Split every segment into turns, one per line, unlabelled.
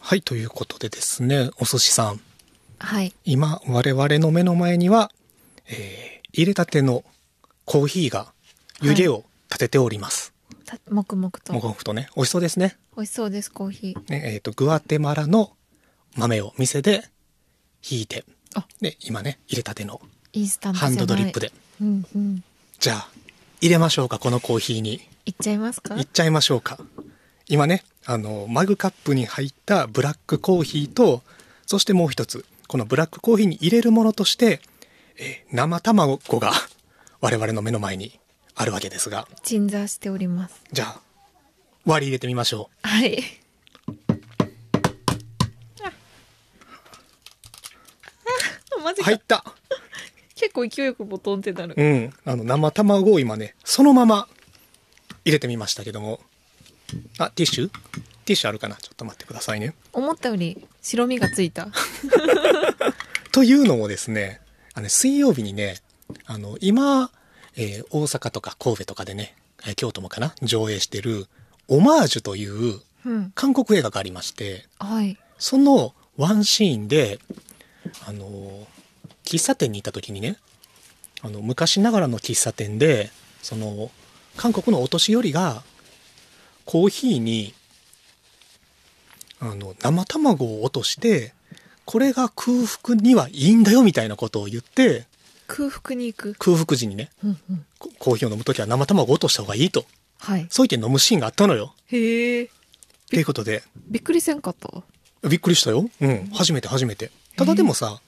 はい、ということでですね、お寿司さん。
はい。
今、我々の目の前には、えー入れたてのコーヒーが湯気を立てております。
た黙々と。
もうごふとね、美味しそうですね。
美味しそうです、コーヒー。
ねえっ、と、グアテマラの豆を店でひいて、
あ、
で、今ね、入れたての。
インスタントじ
ハ
ゃ
ン
ない
ドドリップで。
うんうん。
じゃあ、入れましょうか、このコーヒーに。
いっちゃいますか
いっちゃいましょうか。今ね、あの、マグカップに入ったブラックコーヒーと、そしてもう一つ、このブラックコーヒーに入れるものとして、えー生卵が我々の目の前にあるわけですが、
鎮座しております。
じゃあ、割り入れてみましょ
はい。あ、マ
う。
ジか。
入った
結構勢いよくボトンってなる。
うん。あの、生卵を今ね、そのまま入れてみましたけども。あ、ティッシュティッシュあるかなちょっと待ってくださいね。
思ったより白身がついた。
というのもですね、あの水曜日にね、あの、今、えー大阪とか神戸とかでね、えー京都もかな、上映してる、オマージュという
うん。
韓国映画がありまして、
はい。
そのワンシーンで、あのー喫茶店に行った時にね、あの、昔ながらの喫茶店で、その、韓国のお年寄りが、コーヒーに、あの、生卵を落として、これが空腹にはいいんだよみたいなことを言って、
空腹に行く。
空腹時にね、
うんうん。
ココーヒーを飲む時は生卵を落とした方がいいと、
はい。
そう言って飲むシーンがあったのよ。
へえ。
ということで、
びっくりせんかったわ。
びっくりしたよ。うん。初めて初めて。ただでもさ、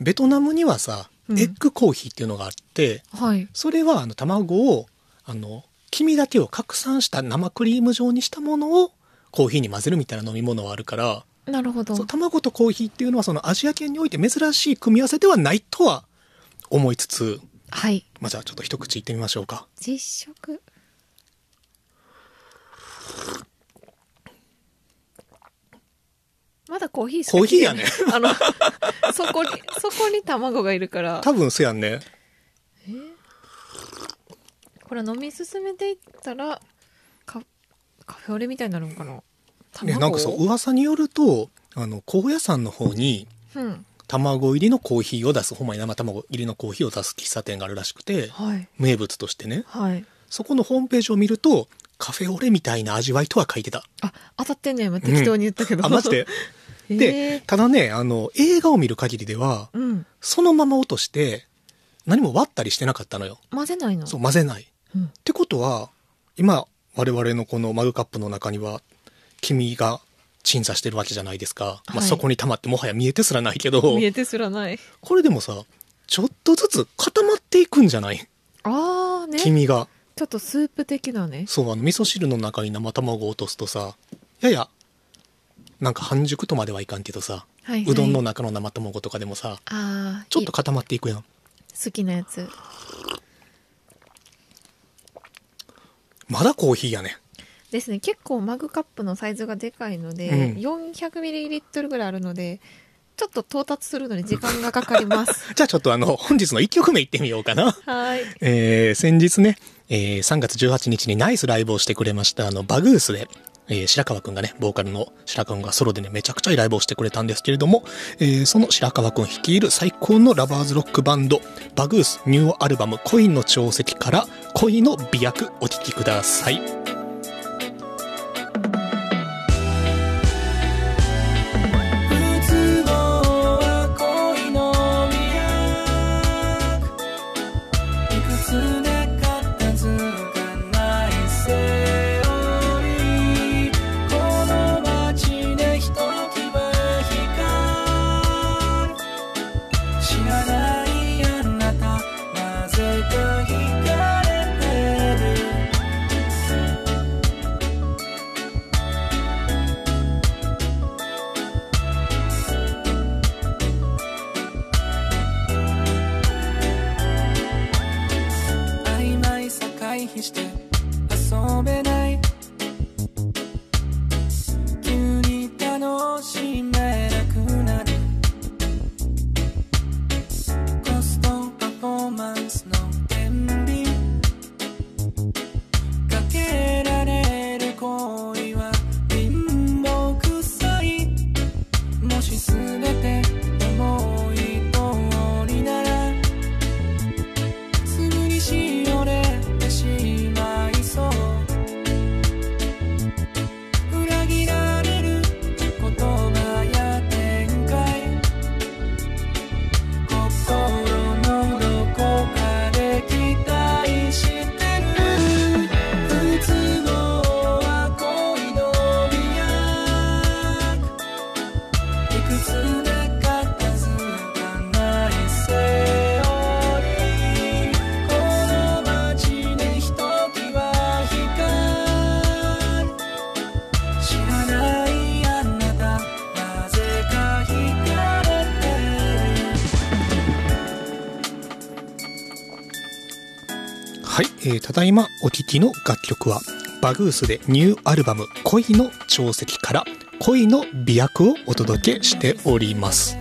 ベトナムにはさ、エ
うん
ッグコーヒーっていうのがあって、
はい。
それはあの卵を、あの、黄身だけを拡散した生クリーム状にしたものをコーヒーに混ぜるみたいな飲み物はあるから、
なるほど。
そう卵とコーヒーっていうのはそのアジア圏において珍しい組み合わせではないとは思いつつ、
はい。
まあ、じゃあちょっと一口いってみましょうか。
実食。まだコーヒーしか
コーヒーやね
来てないあの、 そこに、そこに卵がいるから、
多分そうやんね。
これ飲み進めていったら、カカフェオレみたいになるのかな
ね、
卵
なんかそう、噂によると、あの、高野山の方に、
うん。
卵入りのコーヒーを出す、ほんまに生卵入りのコーヒーを出す喫茶店があるらしくて、
はい。
名物としてね、
はい。
そこのホームページを見ると、カフェオレみたいな味わいとは書いてた。
あ、当たってんね今適当に言ったけど。
あ、マジで。
えー。
で、ただね、あの、映画を見る限りでは、
うん。
そのまま落として、何も割ったりしてなかったのよ。
混ぜないの
そう、混ぜない。っ
うん。
てことは、今、我々のこのマグカップの中には、黄身が鎮座してるわけじゃないですか。まあ、
はい
そこに溜まってもはや見えてすらないけど、
見えてすらない。
これでもさ、ちょっとずつ固まっていくんじゃない
あーね。
黄
ち
身が。
ょっとスープ的なね。
そう、あの、味噌汁の中に生卵を落とすとさ、やや、なんか半熟とまではいかんけどさ、
はい、はいう
どんの中の生卵とかでもさ、
ああ
ちょっと固まっていくやん。
好きなやつ
まだコーヒーやね。
ですね結構マグカップのサイズがでかいので、
うん
400ml ぐらいあるのでちょっと到達するのに時間がかかります
じゃあちょっとあの、本日の1曲目いってみようかな。
はーい
えー先日ね、えー3月18日にナイスライブをしてくれました、あの、バグースで、えー白川くんがね、ボーカルの白川くんがソロでね、めちゃくちゃいいライブをしてくれたんですけれども、えーその白川くん率いる最高のラバーズロックバンド、バグースニューアルバム、恋の潮汐から、恋の美薬、お聴きください。
「不都合は恋の未来」「いくつで片付かないセオリー」「この街でひときわ光る」「知らないあなたなぜか惹かれてる」「
はい、えーただいまお聴きの楽曲はバグースでニューアルバム「恋の潮石」から「恋の美薬」をお届けしております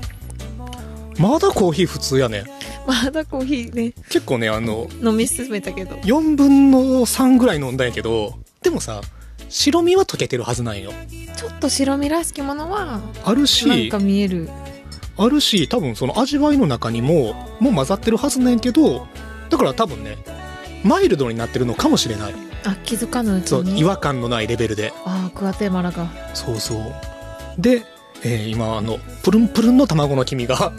まだコーヒー普通やね
まだコーヒーね
結構ねあの
飲み進めたけど
4分の3ぐらい飲んだんやけどでもさ白身は溶けてるはずなんよ
ちょっと白身らしきものは
ある
なん
し
か見える
あるし多分その味わいの中にももう混ざってるはずなんやけどだから多分ねマイルドになってるのかもしれない
あ気づかぬうち
そう
に
違和感のないレベルで
ああクアテマラが
そうそうで、えー今あのプルンプルンの卵の黄身が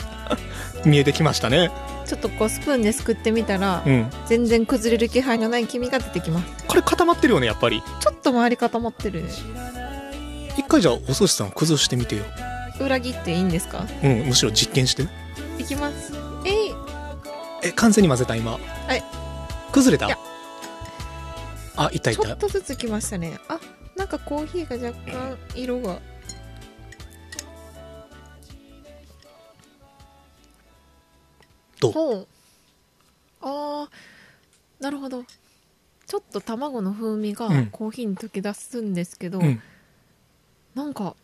見えてきましたね
ちょっとこうスプーンですくってみたら、
うん
全然崩れる気配のない黄身が出てきます
これ固まってるよねやっぱり
ちょっと周り固まってる
一回じゃあお寿司さん崩してみてよ
裏切っていいんですか
うんむしろ実験して
いきますえい
え完全に混ぜた今
い
崩れた
いや
あいたい
ちょったとずつきましたねあなんかコーヒーが若干色が
どう
ほうあーなるほどちょっと卵の風味が
うん
コーヒーに溶け出すんですけど、
うん
なんか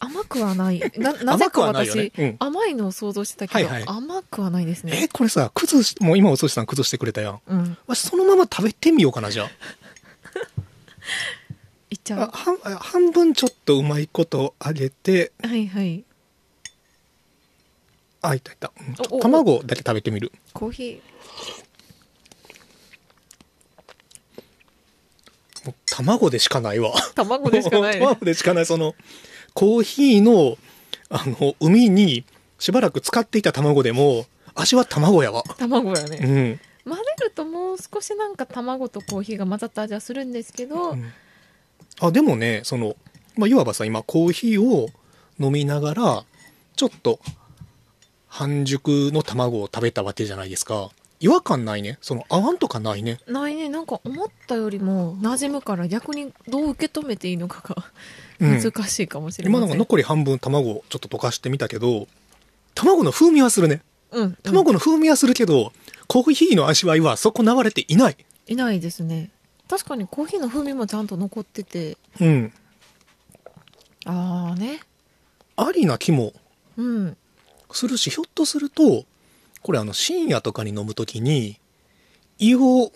甘くはない ななぜ
甘く
か
はない
私
よ
甘い,、
ねうん
のを想像してたけど、
はいはい
甘くはないですね
えこれさ崩しもう今お寿司さん崩してくれたやん
うん
わしそのまま食べてみようかなじゃ
いっち
あ
ゃ
あ半あ半分ちょっとうまいことあげて
うはいはい
あいたいた、うん
おおお
卵だけ食べてみる
コーヒ
もう卵でしかないわ
ー卵でしかない
卵でしかないそのコーヒーのあの海にしばらく使っていた卵でも味は卵やわ
卵や
う
ね
ん、
混ぜるともう少しなんか卵とコーヒーが混ざった味はするんですけど、
うんあでもねその、まあ、いわばさ今コーヒーを飲みながらちょっと半熟の卵を食べたわけじゃないですか違和感ないねその合わんとかないね
ないねなんか思ったよりも馴染むから逆にどう受け止めていいのかが
うん
難しいかもしれ
今な
ませ
んか
ん、
残り半分卵をちょっと溶かしてみたけど卵の風味はするね
うん、うん
卵の風味はするけど、コーヒーの味わいは損なわれていない
いないですね確かにコーヒーの風味もちゃんと残ってて
うん
ああね
ありな気も
うん
するしひょっとするとこれあの深夜とかに飲むときに胃を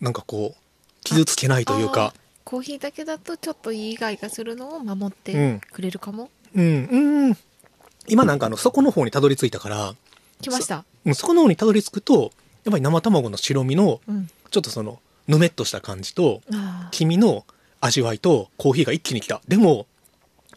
なんかこう傷つけないという
あ
か
ーコーヒーだけだとちょっといい害がするのを守っ
うん
てくれるかも、
うんうん今なんかあのそこの方にたどり着いたから
来ました
うんそこの方にたどり着くとやっぱり生卵の白身の
うん
ちょっとそのぬめっとした感じと
あー
黄身の味わいとコーヒーが一気に来たでも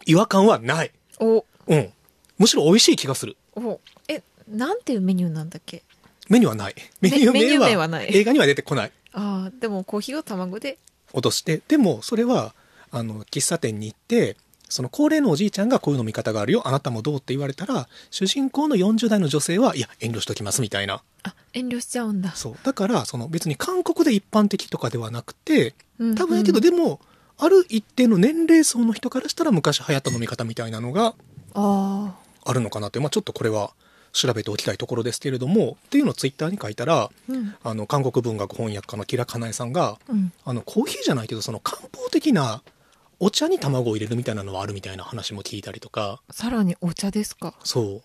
違和感はない
お
うんむしろ美味しい気がする
おえなんていうメニューなんだっけ
メニューはないメ
メ
ニュー
メニュー
名
名
は
はない
映画には出てこない
ああでもコーヒーを卵で
落としてでもそれはあの喫茶店に行ってその高齢のおじいちゃんがこういう飲み方があるよあなたもどうって言われたら主人公の40代の女性はいや遠慮しときますみたいな
あ遠慮しちゃうんだ
そうだからその別に韓国で一般的とかではなくて
うん
多分やけど
うん
でもある一定の年齢層の人からしたら昔流行った飲み方みたいなのが
ああ
あるのかなって、まあ、ちょっとこれは調べておきたいところですけれどもっていうのをツイッターに書いたら
うん
あの韓国文学翻訳家のキラ・カナエさんが
うん
あのコーヒーじゃないけどその漢方的なお茶に卵を入れるみたいなのはあるみたいな話も聞いたりとか
さらにお茶ですか
そう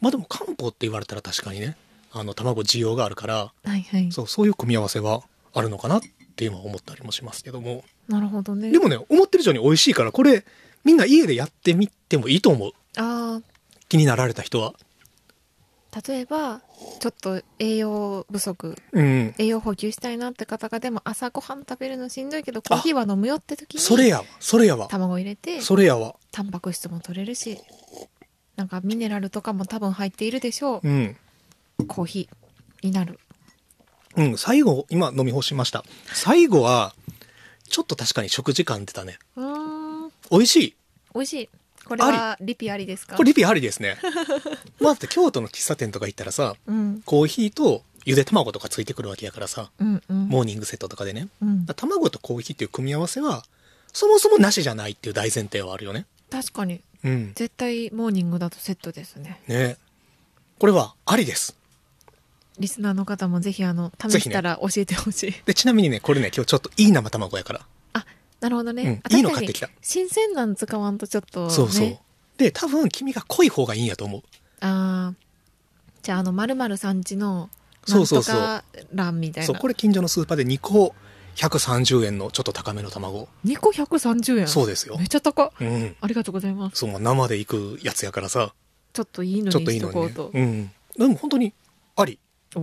まあでも漢方って言われたら確かにねあの卵需要があるから
はいはい
そうそういう組み合わせはあるのかなって今思ったりもしますけども
なるほどね
でもね思ってる以上に美味しいからこれみんな家でやってみてもいいと思う
ああ
気になられた人は
例えばちょっと栄養不足
うん
栄養補給したいなって方がでも朝ごはん食べるのしんどいけどコーヒーは飲むよって時に
それやわそれやわ
卵入れて
それやわ
タンパク質も取れるしなんかミネラルとかも多分入っているでしょう、
うん
コーヒーになる
うん最後今飲み干しました最後はちょっと確かに食事感出たね
うーん
美味しい
美味しいこれはリピありですか
これリピありです ね。まあだって京都の喫茶店とか行ったらさ、
うん
コーヒーとゆで卵とかついてくるわけやからさ、
うんうん
モーニングセットとかでね。
うん
だから卵とコーヒーっていう組み合わせは、そもそもなしじゃないっていう大前提はあるよね。
確かに
うん。
絶対モーニングだとセットですね
ねこれはありです。
リスナーの方もぜひあの試したら教えてほしい、
で、ちなみにね、これね、今日ちょっといい生卵やから。
あなるほどね、
うん
あ確かに
いいの買ってきた
新鮮なん使わんとちょっと、ね、
そうそう。で、多分君が濃い方がいいんやと思う。
ああじゃああのまるさんちのな
そ
ん
うそ
と
うそう
か欄みたいな
そう、これ近所のスーパーで2個130円のちょっと高めの卵。
2個130円
そうですよ
めっちゃ高っ
うん。
ありがとうございます
そう、生で行くやつやからさ、
ちょっといいのに
ちょっといい
し
の
と
に、
こ
ね
うと。
うん。でも本当にあり。
お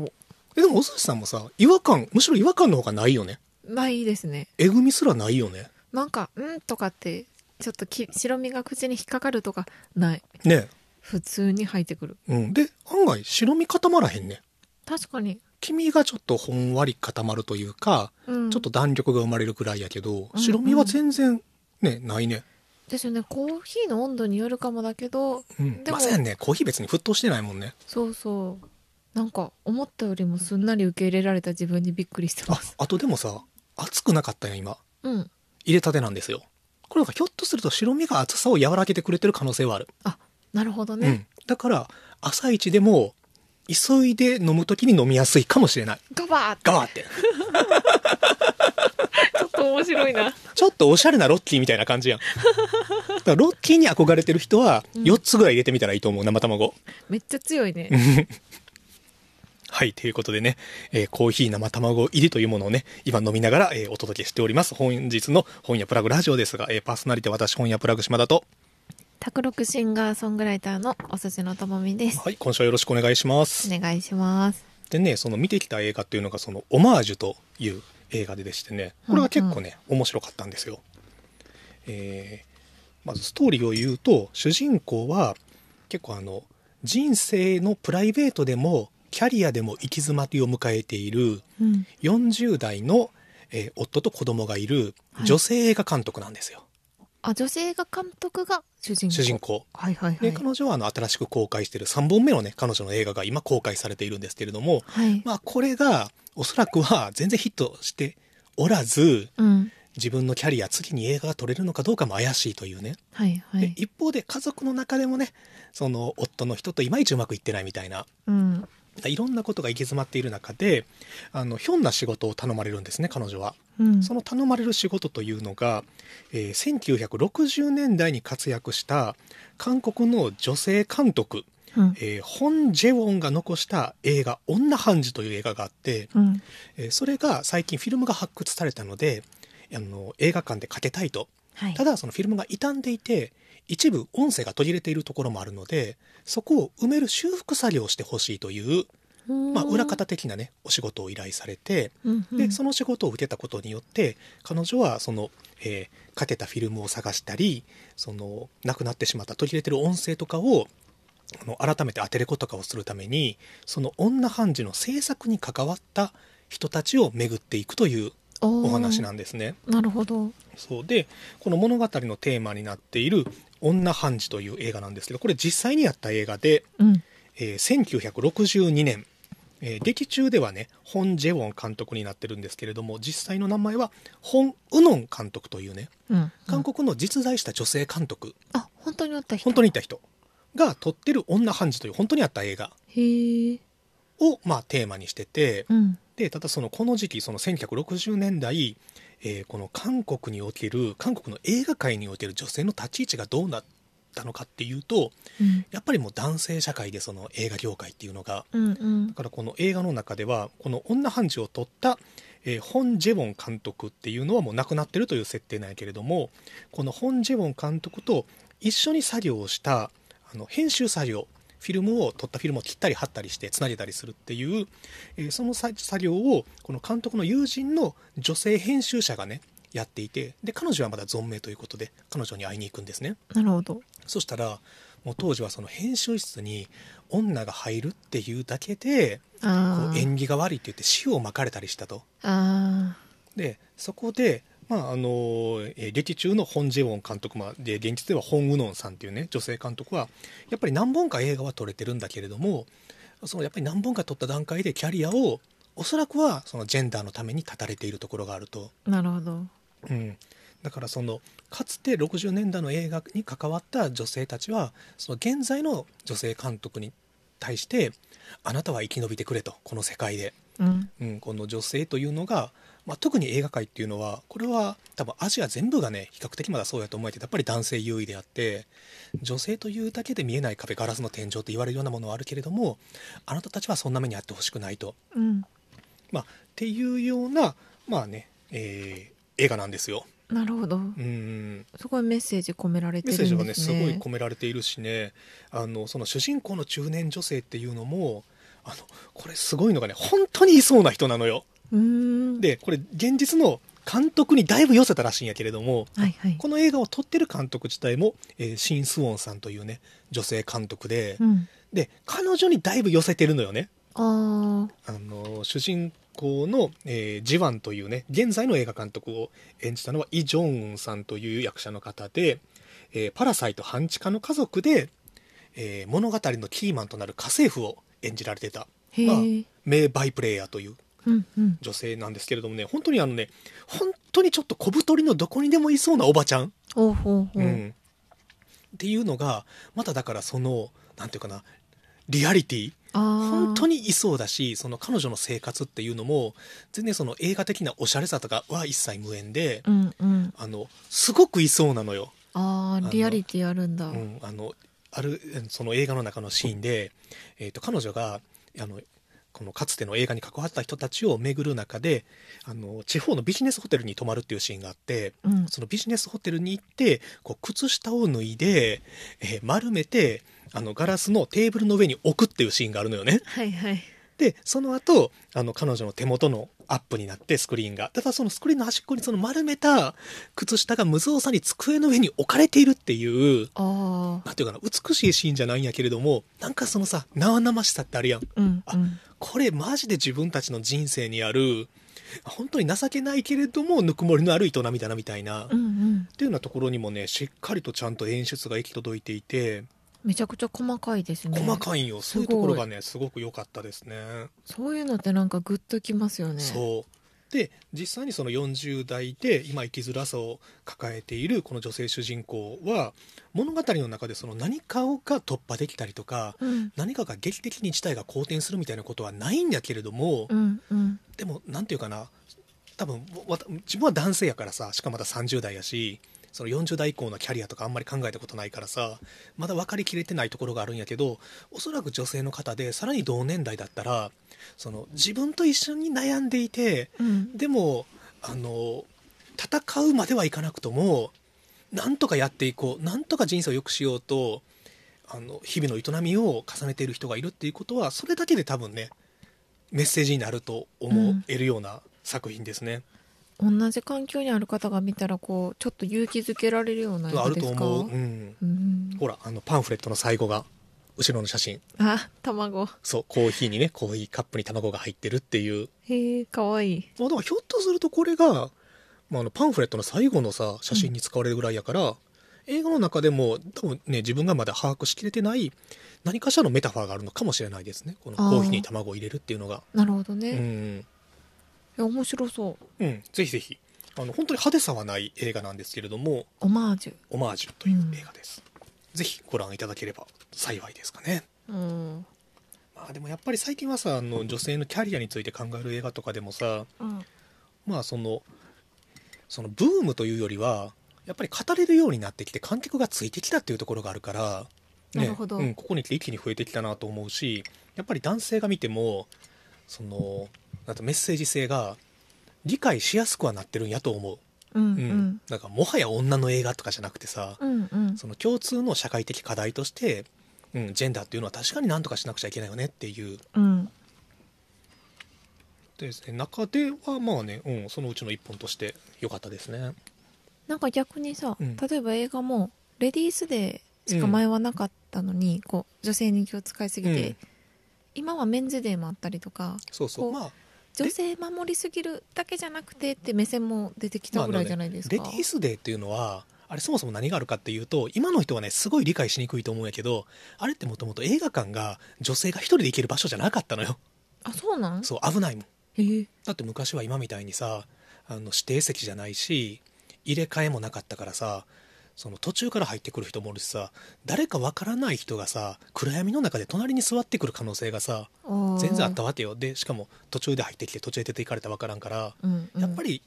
え、でもお寿司さんもさ、違和感、むしろ違和感の方がないよね。
ないですね
えぐみすらないよね。
なんか「うん」とかってちょっとき白身が口に引っかかるとかない
ね
普通に入ってくる
うん。で、案外白身固まらへんね。
確かに、
黄身がちょっとほんわり固まるというか、
うん、
ちょっと弾力が生まれるくらいやけど、
うん
白身は全然ね、ないね。
ですよねコーヒーの温度によるかもだけど
うん。
でも
まさにね、コーヒー別に沸騰してないもんね。
そうそうなんか思ったよりもすんなり受け入れられた自分にびっくりしてま
あ
す、
あとでもさ、熱くなかったよ、今。
うん
入れたてなんですよ。これがひょっとすると白身が熱さを和らげてくれてる可能性はある。
あなるほど
う
ね、
ん。だから、朝一でも、急いで飲むときに飲みやすいかもしれない。
ガバーって
ガバーって。
ちょっと面白 いな
ちょっとおしゃれなロッキーみたいな感じやん。だからロッキーに憧れてる人は、
うん
4つぐらい入れてみたらいいと思う、生卵。
めっちゃ強いね
はい、ということでね、えーコーヒー生卵入りというものをね、今飲みながら、えーお届けしております。本日の本屋プラグラジオですが、えーパーソナリティは私本屋プラグ島だと。
卓六シンガーソングライターのおすじのともみです
はい、今週はよろしくお願いします。
お願いします
でね、その見てきた映画というのが、そのオマージュという映画ででしてね、これが結構ね、面白かったんですよ。えーまずストーリーを言うと、主人公は結構あの、人生のプライベートでも、キャリアでも行き詰まりを迎えている、
うん
40代の、えー夫と子供がいる
はい
女性映画監督なんですよ、
あ女性が監督が主人公
主人公。
はいはいは
で、
い
彼女はあの新しく公開している3本目のね、彼女の映画が今公開されているんですけれども、
はい、
まあこれがおそらくは全然ヒットしておらず、
うん
自分のキャリア次に映画が撮れるのかどうかも怪しいというね。
はいは
で
い
一方で家族の中でもね、その夫の人といまいちうまくいってないみたいな、
うん
いろんなことが行き詰まっている中で、あの、ひょんな仕事を頼まれるんですね、彼女は。
うん
その頼まれる仕事というのが、えー1960年代に活躍した韓国の女性監督、
うん
えーホン・ジェウォンが残した映画「女判事」という映画があって、
うん
えーそれが最近フィルムが発掘されたのであの映画館でかけたいと
はい
ただそのフィルムが傷んでいて一部音声が途切れているところもあるのでそこを埋める修復作業をしてほしいという、まあ、裏方的なねお仕事を依頼されて、
うんうん
でその仕事を受けたことによって彼女はその、えー、かけたフィルムを探したりそのなくなってしまった途切れてる音声とかをあの改めて当てることとかをするためにその女判事の制作に関わった人たちを巡っていくという
お
お話
ん
なんですね。
なるほど
そうでこの物語のテーマになっている「女判事」という映画なんですけどこれ実際にやった映画で、
うん
えー1962年、えー劇中ではねホン・ジェウォン監督になってるんですけれども実際の名前はホン・ウノン監督というね
うん
韓国の実在した女性監督、
あ本当にあった人
本当にいた人が撮ってる「女判事」という本当にあった映画
へえ
を、まあ、テーマにしてて
うん
でただそのこの時期その1960年代、えーこの韓国における韓国の映画界における女性の立ち位置がどうなったのかっていうと
うん
やっぱりもう男性社会でその映画業界っていうのが
うんうん
だからこの映画の中ではこの女判事を取った、えーホン・ジェウォン監督っていうのはもう亡くなってるという設定なんやけれどもこのホン・ジェウォン監督と一緒に作業をしたあの編集作業フィルムを撮ったフィルムを切ったり貼ったりしてつなげたりするっていう、えーその作作業をこの監督の友人の女性編集者がねやっていてで彼女はまだ存命ということで彼女に会いに行くんですね。
なるほど
そしたらもう当時はその編集室に女が入るっていうだけでこ
あ
う
ー
縁起が悪いって言って塩をまかれたりしたと
あ
でそこで、まああのえー劇中のホン・ジェウォン監督、まあ、で現実ではホン・ウノンさんっていうね女性監督はやっぱり何本か映画は撮れてるんだけれどもそのやっぱり何本か撮った段階でキャリアをおそらくはそのジェンダーのために立たれているところがあると。
ーなるほど
うん、だからそのかつて60年代の映画に関わった女性たちはその現在の女性監督に対してあなたは生き延びてくれとこの世界で、
うん
うん、この女性というのが、まあ、特に映画界っていうのはこれは多分アジア全部がね比較的まだそうやと思えてやっぱり男性優位であって女性というだけで見えない壁ガラスの天井って言われるようなものはあるけれどもあなたたちはそんな目にあってほしくないと、
うん
まあ、っていうようなまあね、えー映画なんですよ。
なるほど
うん
すごいメッセージ込められて
メッ
るん
セ
で
ー
す
ジ
ね
がねすごい込められているしねあのその主人公の中年女性っていうのもあのこれすごいのがね本当にいそうな人なのよ
うーん
でこれ現実の監督にだいぶ寄せたらしいんやけれども
はいはい
この映画を撮ってる監督自体も、えーシン・スウォンさんというね女性監督で、
うん
で彼女にだいぶ寄せてるのよね
ああ
あの主人公の、えージワンというね現在の映画監督を演じたのはイ・ジョンウンさんという役者の方で「えーパラサイト半地下の家族で」えー物語のキーマンとなる家政婦を演じられてた、
へえ、
まあ、名バイプレイヤーという
うんうん
女性なんですけれどもね本当にあのね本当にちょっと小太りのどこにでもいそうなおばちゃん
おうほうほ
う
う、
ん、っていうのがまただからそのなんていうかなリアリティ
あー
本当にいそうだしその彼女の生活っていうのも全然その映画的なおしゃれさとかは一切無縁で、
うんうん
あのすごくいそうなのよ。
あ
の
あリアリティあるんだ、
うん、あのあるその映画の中のシーンで、えー、と彼女があのこのかつての映画に関わった人たちを巡る中であの地方のビジネスホテルに泊まるっていうシーンがあって
うん
そのビジネスホテルに行ってこう靴下を脱いで、えー丸めてあのガラスのテーブルの上に置くっていうシーンがあるのよね。
はいはい
でその後あの彼女の手元のアップになってスクリーンがただそのスクリーンの端っこにその丸めた靴下が無造作に机の上に置かれているっていう
ああ
なんていうかな美しいシーンじゃないんやけれどもなんかそのさ生々しさってあるやん
うん
あ
うん
これマジで自分たちの人生にある本当に情けないけれどもぬくもりのある営みだなみたいな、
う
っ
んうん
ていうようなところにもねしっかりとちゃんと演出が行き届いていて
めちゃくちゃ細かいですね
細かいんよそういうところがねすごく良かったですね。
そういうのってなんかグッときますよね
そうで実際にその40代で今生きづらさを抱えているこの女性主人公は物語の中でその何かをが突破できたりとか
ううん
何かが劇的に事態が好転するみたいなことはないんだけれども、
うんうん
でも何て言うかな多分わた自分は男性やからさしかもまだ30代やしその40代以降のキャリアとかあんまり考えたことないからさまだ分かりきれてないところがあるんやけどおそらく女性の方でさらに同年代だったらその自分と一緒に悩んでいて
うん
でもあの戦うまではいかなくともなんとかやっていこうなんとか人生を良くしようとあの日々の営みを重ねている人がいるっていうことはそれだけで多分ねメッセージになると思えるような作品ですね。
同じ環境にある方が見たらこうちょっと勇気づけられるような映
あ
画
る
で
と
すか
思う、うん、
うん
ほらあのパンフレットの最後が後ろの写真
あ卵
そうコーヒーにねコーヒーカップに卵が入ってるっていう、
へえかわいい
まあ、だからひょっとするとこれが、まあ、あのパンフレットの最後のさ写真に使われるぐらいやから、映画の中でも多分ね自分がまだ把握しきれてない何かしらのメタファーがあるのかもしれないですねこのコーヒーに卵を入れるっていうのが。
なるほど
う
ね、
ん
いや面白そう
うん、ぜひぜひあの本当に派手さはない映画なんですけれども
オマージュ
オマージュという映画です、ぜひご覧いただければ幸いですかね
うん、
まあでもやっぱり最近はさあの女性のキャリアについて考える映画とかでもさ
うん、
まあそのそのブームというよりはやっぱり語れるようになってきて観客がついてきたっていうところがあるから、
なるほど
うん、ここに来て一気に増えてきたなと思うしやっぱり男性が見てもそのなんかメッセージ性が理解しやすくはなってるんやと思う、う
うんう
ん
ん
なんかもはや女の映画とかじゃなくてさ、
うんうん
その共通の社会的課題として、うん、ジェンダーっていうのは確かに何とかしなくちゃいけないよねっていう
うん
です、ね、中ではまあね、うん、そのうちの一本として良かったですね。
なんか逆にさ、
うん
例えば映画もレディースデーしか前はなかったのに、こう女性に気を使いすぎて、
うん
今はメンズデーもあったりとか
そうそう
こう
まあ
女性守りすぎるだけじゃなくてって目線も出てきたぐらいじゃないですか、
レディースデーっていうのはあれそもそも何があるかっていうと今の人はねすごい理解しにくいと思うんやけどあれってもともと映画館が女性が一人で行ける場所じゃなかったのよ
あそうなん
そう危ないもん
へえ
だって昔は今みたいにさあの指定席じゃないし入れ替えもなかったからさその途中から入ってくる人もおるしさ誰かわからない人がさ暗闇の中で隣に座ってくる可能性がさ
あ
全然あったわけよでしかも途中で入ってきて途中で出ていかれたらわからんから、
うんうん
やっぱり、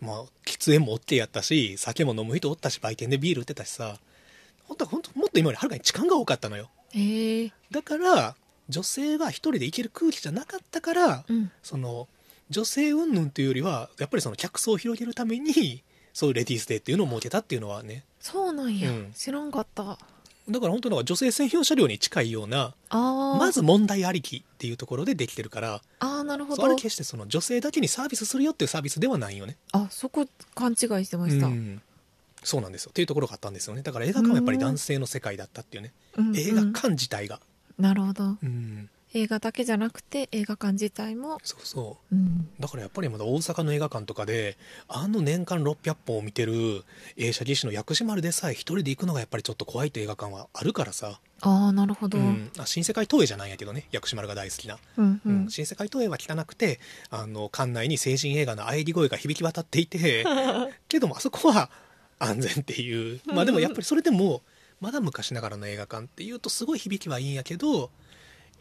まあ、喫煙もおってやったし酒も飲む人おったし売店でビール売ってたしさ本当は本当もっと今よりはるかに痴漢が多かったのよ
へえ
だから女性が一人で行ける空気じゃなかったから、
うん
その女性云々というよりはやっぱりその客層を広げるためにそういうレディースデーっていうのを設けたっていうのはね
そうなんや、
うん
知らんかった
だから本当なんか女性専用車両に近いような
あー
まず問題ありきっていうところでできてるから
あーなるほ
そ
ど
うあれ決してその女性だけにサービスするよっていうサービスではないよね。
あそこ勘違いしてました、
うんそうなんですよっていうところがあったんですよねだから映画館はやっぱり男性の世界だったっていうね、
うんうん
映画館自体が、
なるほど
うん、
映画だけじゃなくて映画館自体も、
そうそう
うん、
だからやっぱりまだ大阪の映画館とかであの年間600本を見てる映写技師の薬師丸でさえ一人で行くのがやっぱりちょっと怖いって映画館はあるからさ、
ああなるほど、
う
うん
ん、あ新世界東映じゃないんやけどね薬師丸が大好きな、
うん
うん新世界東映は汚くてあの館内に成人映画の喘ぎ声が響き渡ってい てけどもあそこは 安全っていうまあでもやっぱりそれでもまだ昔ながらの映画館っていうとすごい響きはいいんやけど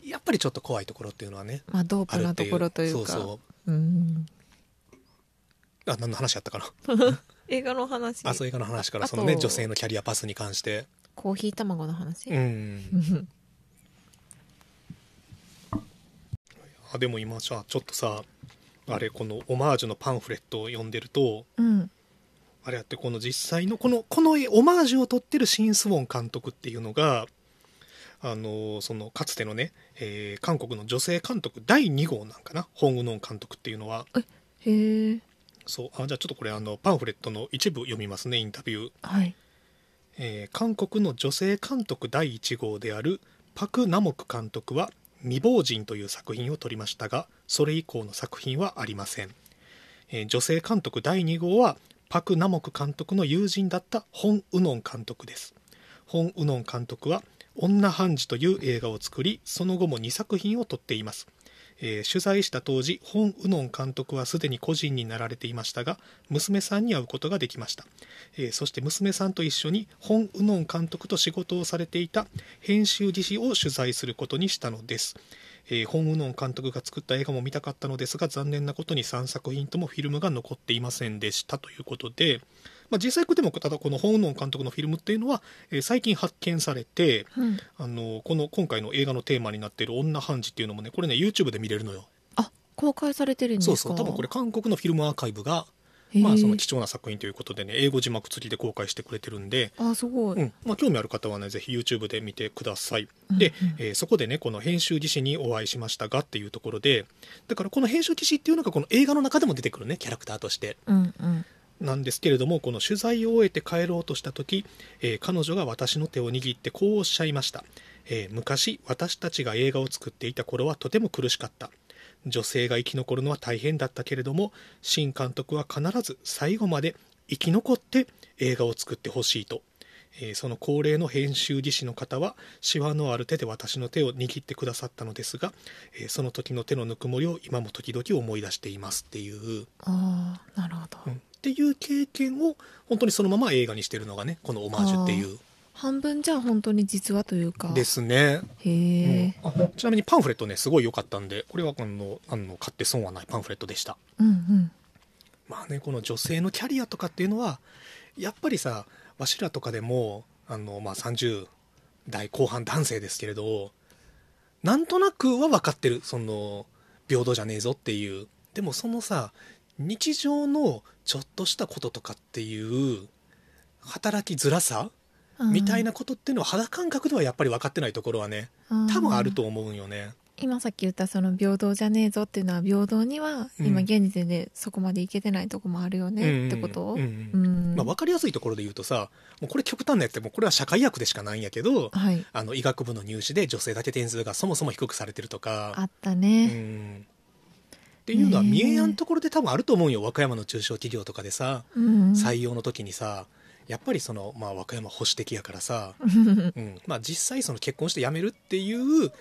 やっぱりちょっと怖いところっていうのはね
まあドー
あ
プ
るっ
な
て
と
いう
ころというか
そうそう
うん、
あ何の話やったかな
映画の話
あそう映画の話から
あ
そのね
あと
女性のキャリアパスに関して
コーヒー卵の話、
うん
うん
あでも今じゃあちょっとさあれこのオマージュのパンフレットを読んでると
うん
あれやってこの実際のこのこの絵オマージュを撮ってるシン・スウォン監督っていうのがあのそのかつてのね、えー韓国の女性監督第2号なんかなホン・ウノン監督っていうのは
へえ
そうあじゃあちょっとこれあのパンフレットの一部読みますねインタビュー
はい
えー韓国の女性監督第1号であるパク・ナモク監督は「未亡人」という作品を撮りましたがそれ以降の作品はありません、えー女性監督第2号はパク・ナモク監督の友人だったホン・ウノン監督ですホン・ウノン監督は「女判事」という映画を作りその後も2作品を撮っていますえー取材した当時ホン・ウノン監督はすでに個人になられていましたが娘さんに会うことができました、えーそして娘さんと一緒にホン・ウノン監督と仕事をされていた編集技師を取材することにしたのです、えーホン・ウノン監督が作った映画も見たかったのですが残念なことに3作品ともフィルムが残っていませんでしたということで、まあ、実際でもただこのホン・ウノン監督のフィルムっていうのは、えー最近発見されて、
うん
あのこの今回の映画のテーマになっている「女判事」っていうのもねこれね YouTube で見れるのよ
あ公開されてるんです
そ
か
うそう多分これ韓国のフィルムアーカイブが、
へえ
まあ、その貴重な作品ということでね英語字幕付きで公開してくれてるんで、
あすごい、
うんまあ、興味ある方はねぜひ YouTube で見てくださいで、えーそこでねこの編集技師にお会いしましたがっていうところでだからこの編集技師っていうのがこの映画の中でも出てくるねキャラクターとして
うんうん
なんですけれどもこの取材を終えて帰ろうとした時、えー彼女が私の手を握ってこうおっしゃいました、えー昔私たちが映画を作っていた頃はとても苦しかった女性が生き残るのは大変だったけれども新監督は必ず最後まで生き残って映画を作ってほしいと、えーその高齢の編集技師の方はシワのある手で私の手を握ってくださったのですが、えーその時の手のぬくもりを今も時々思い出していますっていう
ああなるほど、
うんっていう経験を本当にそのまま映画にしてるのがねこのオマージュっていう
半分じゃ本当に実話というか
ですね、
へ
うん
え、
あちなみにパンフレットねすごい良かったんでこれはあのあの買って損はないパンフレットでした
うん、うん
まあねこの女性のキャリアとかっていうのはやっぱりさわしらとかでもあの、まあ、30代後半男性ですけれどなんとなくは分かってるその平等じゃねえぞっていうでもそのさ日常のちょっとしたこととかっていう働きづらさ
うん
みたいなことっていうのは肌感覚ではやっぱり分かってないところはね多分あると思うんよね。
今さっき言ったその平等じゃねえぞっていうのは平等には
うん
今現時点でそこまでいけてないとこもあるよねってこと
うんうんうん
うん
まあ、分かりやすいところで言うとさもうこれ極端なやつでもうこれは社会役でしかないんやけど、
はい
あの医学部の入試で女性だけ点数がそもそも低くされてると
あ
か、
った
う
ね、
ん、っていうのは
ねえ
見えやんところで多分あると思うよ和歌山の中小企業とかでさ
うん
採用の時にさやっぱりその、まあ、和歌山保守的やから さ、うんまあ、実際その結婚して辞めるっていう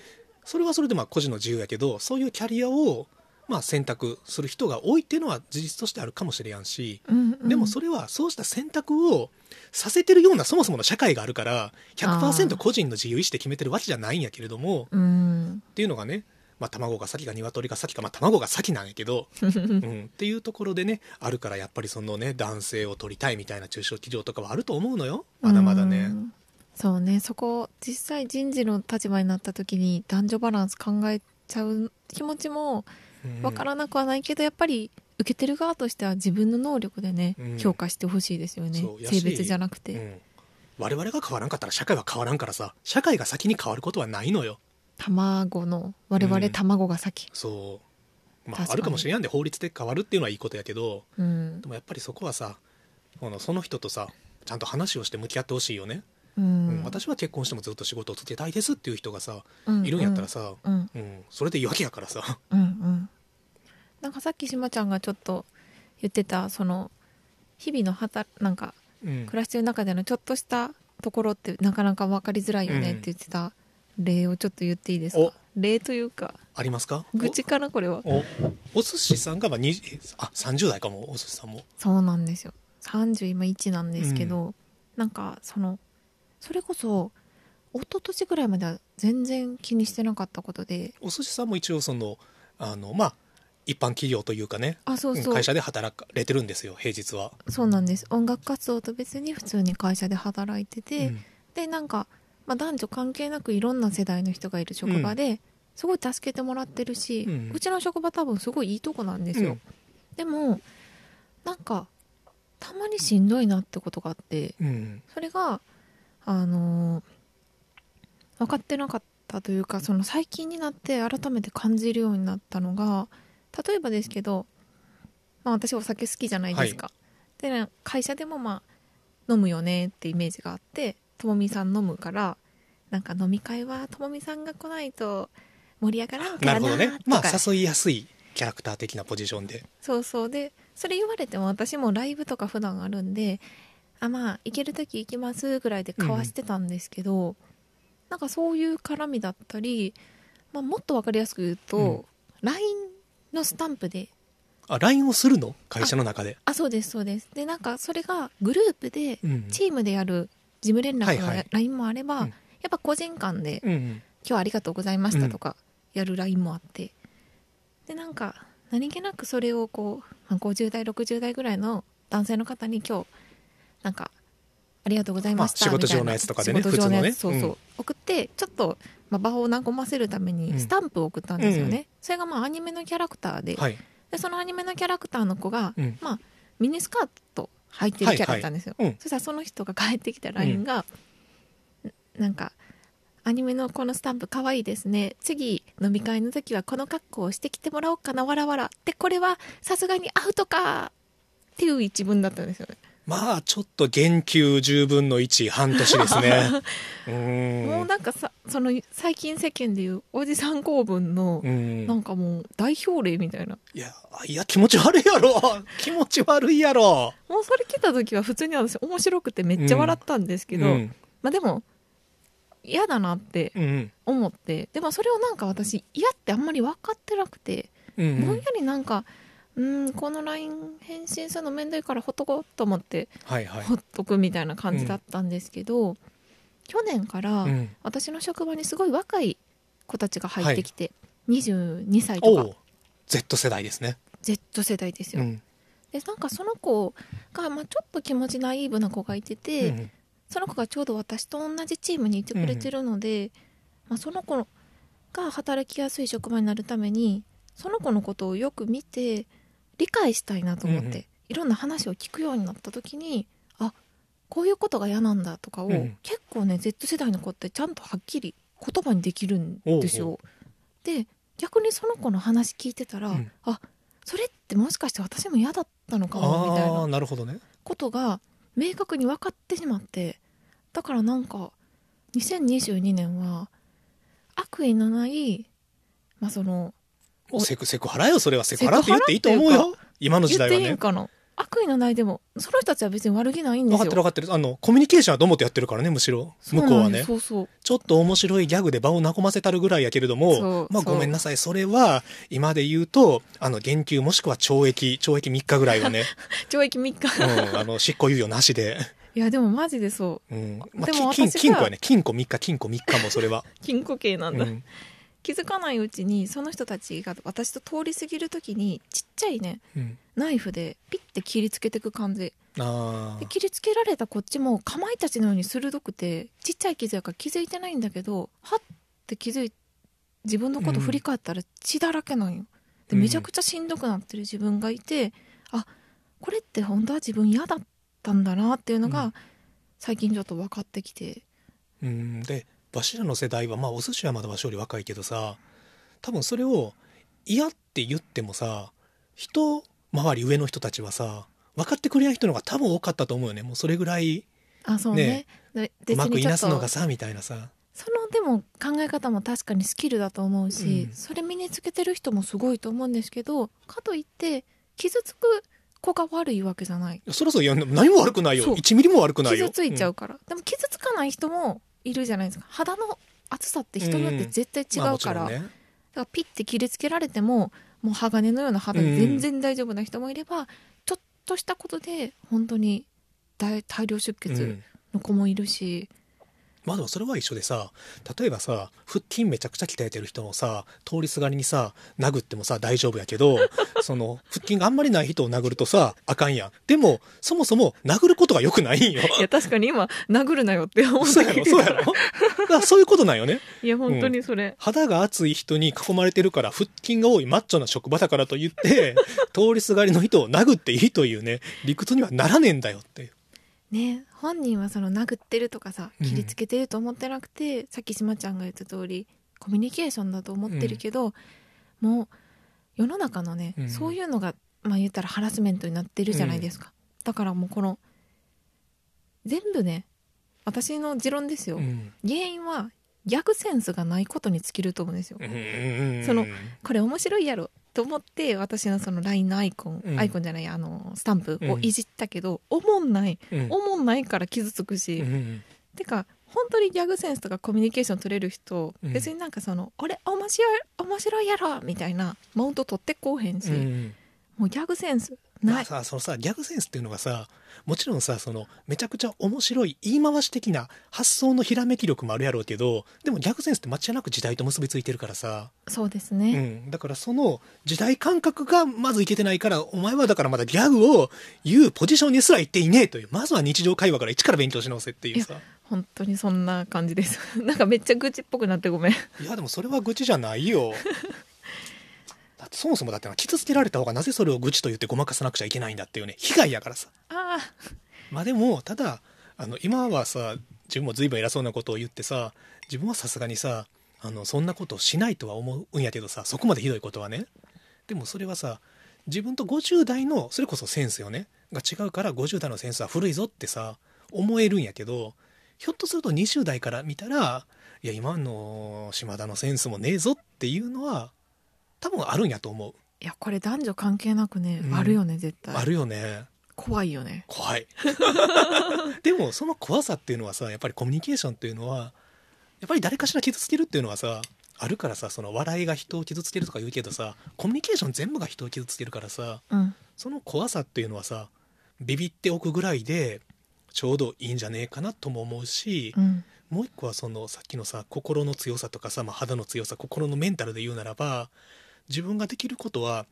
それはそれでまあ個人の自由やけどそういうキャリアをまあ、選択する人が多いっていうのは事実としてあるかもしれやんし、
うんうん
でもそれはそうした選択をさせてるようなそもそもの社会があるから100%個人の自由意思で決めてるわけじゃないんやけれども
うん
っていうのがね、まあ、卵が先か鶏が先か、まあ、卵が先なんやけど、うん、っていうところでねあるからやっぱりそのね男性を取りたいみたいな中小企業とかはあると思うのよ まだまだ
う
ね。
んそうねそこ実際人事の立場になった時に男女バランス考えちゃう気持ちもわからなくはないけど、やっぱり受けてる側としては自分の能力でね、
うん
評価してほしいですよね
そうやし
性別じゃなく
う
て、
ん我々が変わらんかったら社会は変わらんからさ社会が先に変わることはないのよ
卵の我々
うん
卵が先、
そう、ま
確
あ、
かに
あるかもしれないんで法律で変わるっていうのはいいことやけど
うん
でもやっぱりそこはさこのその人とさちゃんと話をして向き合ってほしいよね、
う
うん
ん
私は結婚してもずっと仕事を続けたいですっていう人がさ
うん
いるんやったらさ、
うん
うん、それでいいわけやからさ。
うんうんなんかさっきしまちゃんがちょっと言ってたその日々の働なんか
うん
暮らしてる中でのちょっとしたところってなかなか分かりづらいよねって言ってた例をちょっと言っていいですか、
お
例というか
ありますか
愚痴かなこれは
おおお寿司さんがまあ20えあ30代かもお寿司さんも。
そうなんですよ30今1なんですけど、なんかそのそれこそ一昨年ぐらいまでは全然気にしてなかったことで
お寿司さんも一応そのあのまあ一般企業というかね
あそう
う
そ
ん
う
会社で働かれてるんですよ平日は。
そうなんです音楽活動と別に普通に会社で働いてて、
うん
でなんか、まあ、男女関係なくいろんな世代の人がいる職場で、すごい助けてもらってるし、
う
うんちの職場多分すごいいいとこなんですよ、でもなんかたまにしんどいなってことがあって
うん
それがあのー分かってなかったというかその最近になって改めて感じるようになったのが例えばですけど、まあ、私お酒好きじゃないですか、でね会社でもまあ飲むよねってイメージがあってともみさん飲むからなんか飲み会はともみさんが来ないと盛り上がらんか
な
らな
るほどね。
と
ま
か
あ誘いやすいキャラクター的なポジションで。
そうそうでそれ言われても私もライブとか普段あるんであまあ行ける時行きますぐらいで交わしてたんですけど、なんかそういう絡みだったり、まあ、もっと分かりやすく言うと、LINE のスタンプで
あ LINE をするの会社の中で。
あそうですそうですでなんかそれがグループで
うん
チームでやる事務連
はい
絡
は
の
い
LINE もあれば、
うん
やっぱ個人間で
うんうん
今日はありがとうございましたとかやる LINE もあって、でなんか何気なくそれをこうまあ50代60代ぐらいの男性の方に今日なんかありがとうございました
まあ
みたいな、
仕事上のやつとかでね
仕事上のやつ
普通のね
そうそう、
うん
送ってちょっと、まあ、場を和ませるため
うん
にスタンプを送ったんですよね、
う
それがまあアニメのキャラクターで,、
はい。
でそのアニメのキャラクターの子が、
うん
まあミニスカート履いてるキャラだったんですよ、
はいはいうん
そしたらその人が帰ってきた LINE が、んなんか「アニメのこのスタンプかわいいですね次飲み会の時はこの格好をしてきてもらおうかなわらわら」でこれはさすがにアウトかっていう一文だったんですよね、
まあちょっと減給10分の1半年ですね。 うーん。
もうなんかさその最近世間でいうおじさん公文の、
うん
なんかもう代表例みたいない
や、いや、気持ち悪いやろ。 気持ち悪いやろ。
もうそれ来た時は普通に私面白くてめっちゃ笑ったんですけど、
うん、
まあでも嫌だなって
うん、
思ってでもそれをなんか私嫌ってあんまり分かってなくて、
うんう
ぼん
ん
や。りなんかうーんこの LINE 返信するの面倒いからほっとこうと思って
はいはい。
ほっとくみたいな感じだったんですけど、去年から
うん
私の職場にすごい若い子たちが入ってきて、22歳と
お
か
う Z 世代ですね。
Z 世代です
う
よ、
ん。
でなんかその子が、まあ、ちょっと気持ちナイーブな子がいてて、
うん
その子がちょうど私と同じチームにいてくれてるので、まあ、その子が働きやすい職場になるためにその子のことをよく見て理解したいなと思って、
うんうん
いろんな話を聞くようになった時にあこういうことが嫌なんだとかを、
うん
結構ね Z 世代の子ってちゃんとはっきり言葉にできるんですよ。
おう
で逆にその子の話聞いてたら、
うん
あそれってもしかして私も嫌だったのかもみたい
あ
な
あ、なるほどね。
ことが明確に分かってしまってだからなんか2022年は悪意のない、まあ、その
セクセクハラよ、それはセクハラって言っていいと思う
セクハ
よ。今の時
言っ
代
て
はい
いん
ね。
かな悪意のないでもその人たちは別に悪気ないんで
分
す
かっ
よ
てる分かってる。あの、コミュニケーションはどうもってやってるからね、むしろ。
そ
向
なん
こうは
で
ね
す。そうそう
ちょっと面白いギャグで場を和ませたるぐらいやけれど
そう
も、まあ
そう
ごめんなさい。それは、今で言うと、あの、減給もしくは懲役、懲役3日ぐらいはね、
懲役3日、
う
い
ん、あの、執行猶予なしで。
やでもマジでそ
うん。まあ、
でも
き金、
私が
金庫やね。金庫3日、金庫3日もそれは。
う金庫 系な
うん
だ、
ん。
気づかないうちにその人たちが私と通り過ぎる時にちっちゃいね
うん。
ナイフでピッて切りつけてく感じ
あ
で切りつけられたこっちもかまいたちのように鋭くてちっちゃい傷やから気づいてないんだけどはって気づい自分のこと振り返ったら血だらけなんよで
うん
めちゃくちゃしんどくなってる自分がいて、あこれって本当は自分嫌だったんだなっていうの
う
が最近ちょっと分かってきて
ーうん。で、わしらの世代は、まあお寿司はまだわしより若いけどさ、多分それを嫌って言ってもさ、人回り上の人たちはさ、分かってくれない人の方が多分多かったと思うよね。もうそれぐらい
あそうねで
う
別
まく
に
い
ちょ
な
っ
すの
と
がさみたいなさ
そのでも考え方も確かにスキルだと思うし、
うん
それ身につけてる人もすごいと思うんですけどかといって傷つく子が悪いわけじゃない
そろそろいや何も悪くないよ
そう
1ミリも悪くないよ
傷ついちゃ
う
うから、でも傷つかない人もいるじゃないですか肌の厚さって人によって絶対
んまあ
違う
もち
から,、
ろん
だか
ね
らピッて切りつけられてももう鋼のような肌で全然大丈夫な人もいれば、ちょっとしたことで本当に大大量出
う
血
ん
の子もいるし、
まあでもそれは一緒でさ例えばさ腹筋めちゃくちゃ鍛えてる人をさ通りすがりにさ殴ってもさ大丈夫やけどその腹筋があんまりない人を殴るとさあかんやんでもそもそも殴ることがよくないんよ
いや確かに今殴るなよって思っ
そ
て
うや
聞
ろ
いて
そうや
た
ろだからそういうことなんよね
いや本当にそれ、
肌が厚い人に囲まれてるから腹筋が多いマッチョな職場だからと言って 通りすがりの人を殴っていいというね理屈にはならねえんだよっていう
ね本人はその殴ってるとかさ
うん
切りつけてると思ってなくて、さっき島ちゃんが言った通りコミュニケーションだと思ってるけど、もう世の中のね、
うん
そういうのがまあ言ったらハラスメントになってるじゃないですか、だからもうこの全部ね私の持論ですよ、
うん
原因はギャグセンスがないことに尽きると思うんですよ、
うん
そのこれ面白いやろと思って私のその LINE のアイコン、
うん
アイコンじゃないあのスタンプを
うん
いじったけど、おもんない
うん
おもんないから傷つくし、
うん
てか本当にギャグセンスとかコミュニケーション取れる人、
うん
別になんかその「俺面白い面白いやろ!」みたいなマウント取ってこうへんし、
うん
もうギャグセンス
ま
な
あ
い、
さそのさギャグセンスっていうのがさもちろんさそのめちゃくちゃ面白い言い回し的な発想のひらめき力もあるやろうけどでもギャグセンスって間違いなく時代と結びついてるからさ、
そうです
う
ね、
ん、だからその時代感覚がまずいけてないからお前はだからまだギャグを言うポジションにすら行っていねえというまずは日常会話から一から勉強し直せっていうさ
本当にそんな感じです なんかめっちゃ愚痴っぽくなってごめん
いやでもそれは愚痴じゃないよだってそもそもだってな傷つけられた方がなぜそれを愚痴と言ってごまかさなくちゃいけないんだっていうね被害やからさ
あ
まあでもただあの今はさ自分も随分偉そうなことを言ってさ自分はさすがにさあのそんなことをしないとは思うんやけどさそこまでひどいことはねでもそれはさ自分と50代のそれこそセンスよねが違うから50代のセンスは古いぞってさ思えるんやけどひょっとすると20代から見たらいや今の島田のセンスもねえぞっていうのは多分あるんやと思う
いやこれ男女関係なくね、
うん
あるよね絶対
あるよね
怖いよね
怖いでもその怖さっていうのはさやっぱりコミュニケーションっていうのはやっぱり誰かしら傷つけるっていうのはさあるからさその笑いが人を傷つけるとか言うけどさコミュニケーション全部が人を傷つけるからさ
うん
その怖さっていうのはさビビっておくぐらいでちょうどいいんじゃねえかなとも思うし、
うん
もう一個はそのさっきのさ心の強さとかさ、まあ、肌の強さ心のメンタルで言うならば自分ができることは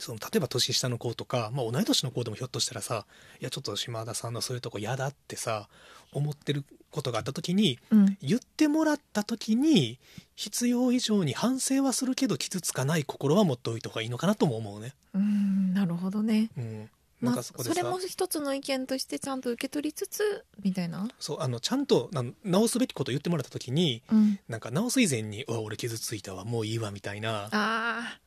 その例えば年下の子とか、まあ、同い年の子でもひょっとしたらさいやちょっと島田さんのそういうとこ嫌だってさ思ってることがあった時に
うん
言ってもらった時に必要以上に反省はするけど傷つかない心は持っておいた方がいいのかなとも思うね。
うんなるほどね
うん、なん
ま
か
あ
そ
そ
こでさ、
れも一つの意見としてちゃんと受け取りつつみたいな
そうあのちゃんとな直すべきこと言ってもらった時に
うん
なんか直す以前に「うわ俺傷ついたわもういいわ」みたいな、
ああ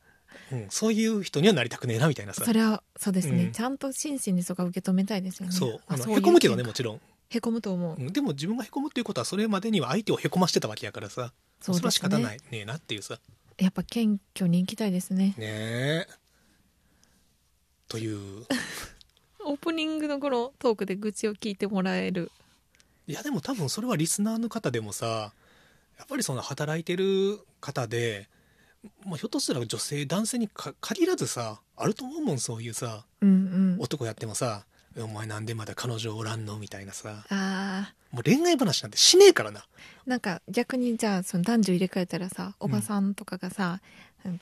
うん、そういう人にはなりたくねえなみたいなさ
それはそうですね、
うん
ちゃんと真摯にそこは受け止めたいですよね
そう
あ
あの
そういう
へこむけどね
意見
も
か
ちろん、
へこむと思う、
うんでも自分がへこむっていうことはそれまでには相手をへこましてたわけやからさそ,、
そうですね
れは仕方ないねえなっていうさ
やっぱ謙虚に行きたいですね
ねえという
オープニングの頃トークで愚痴を聞いてもらえる
いやでも多分それはリスナーの方でもさやっぱりその働いてる方で、まあ、ひょっとしたら女性男性にか限らずさあると思うもんそういうさ
うんうん
男やってもさ「お前なんでまだ彼女おらんの?」みたいなさ
あ
もう恋愛話なんてしねえからな
ーなんか逆にじゃあその男女入れ替えたらさおばさんとかがさ、うん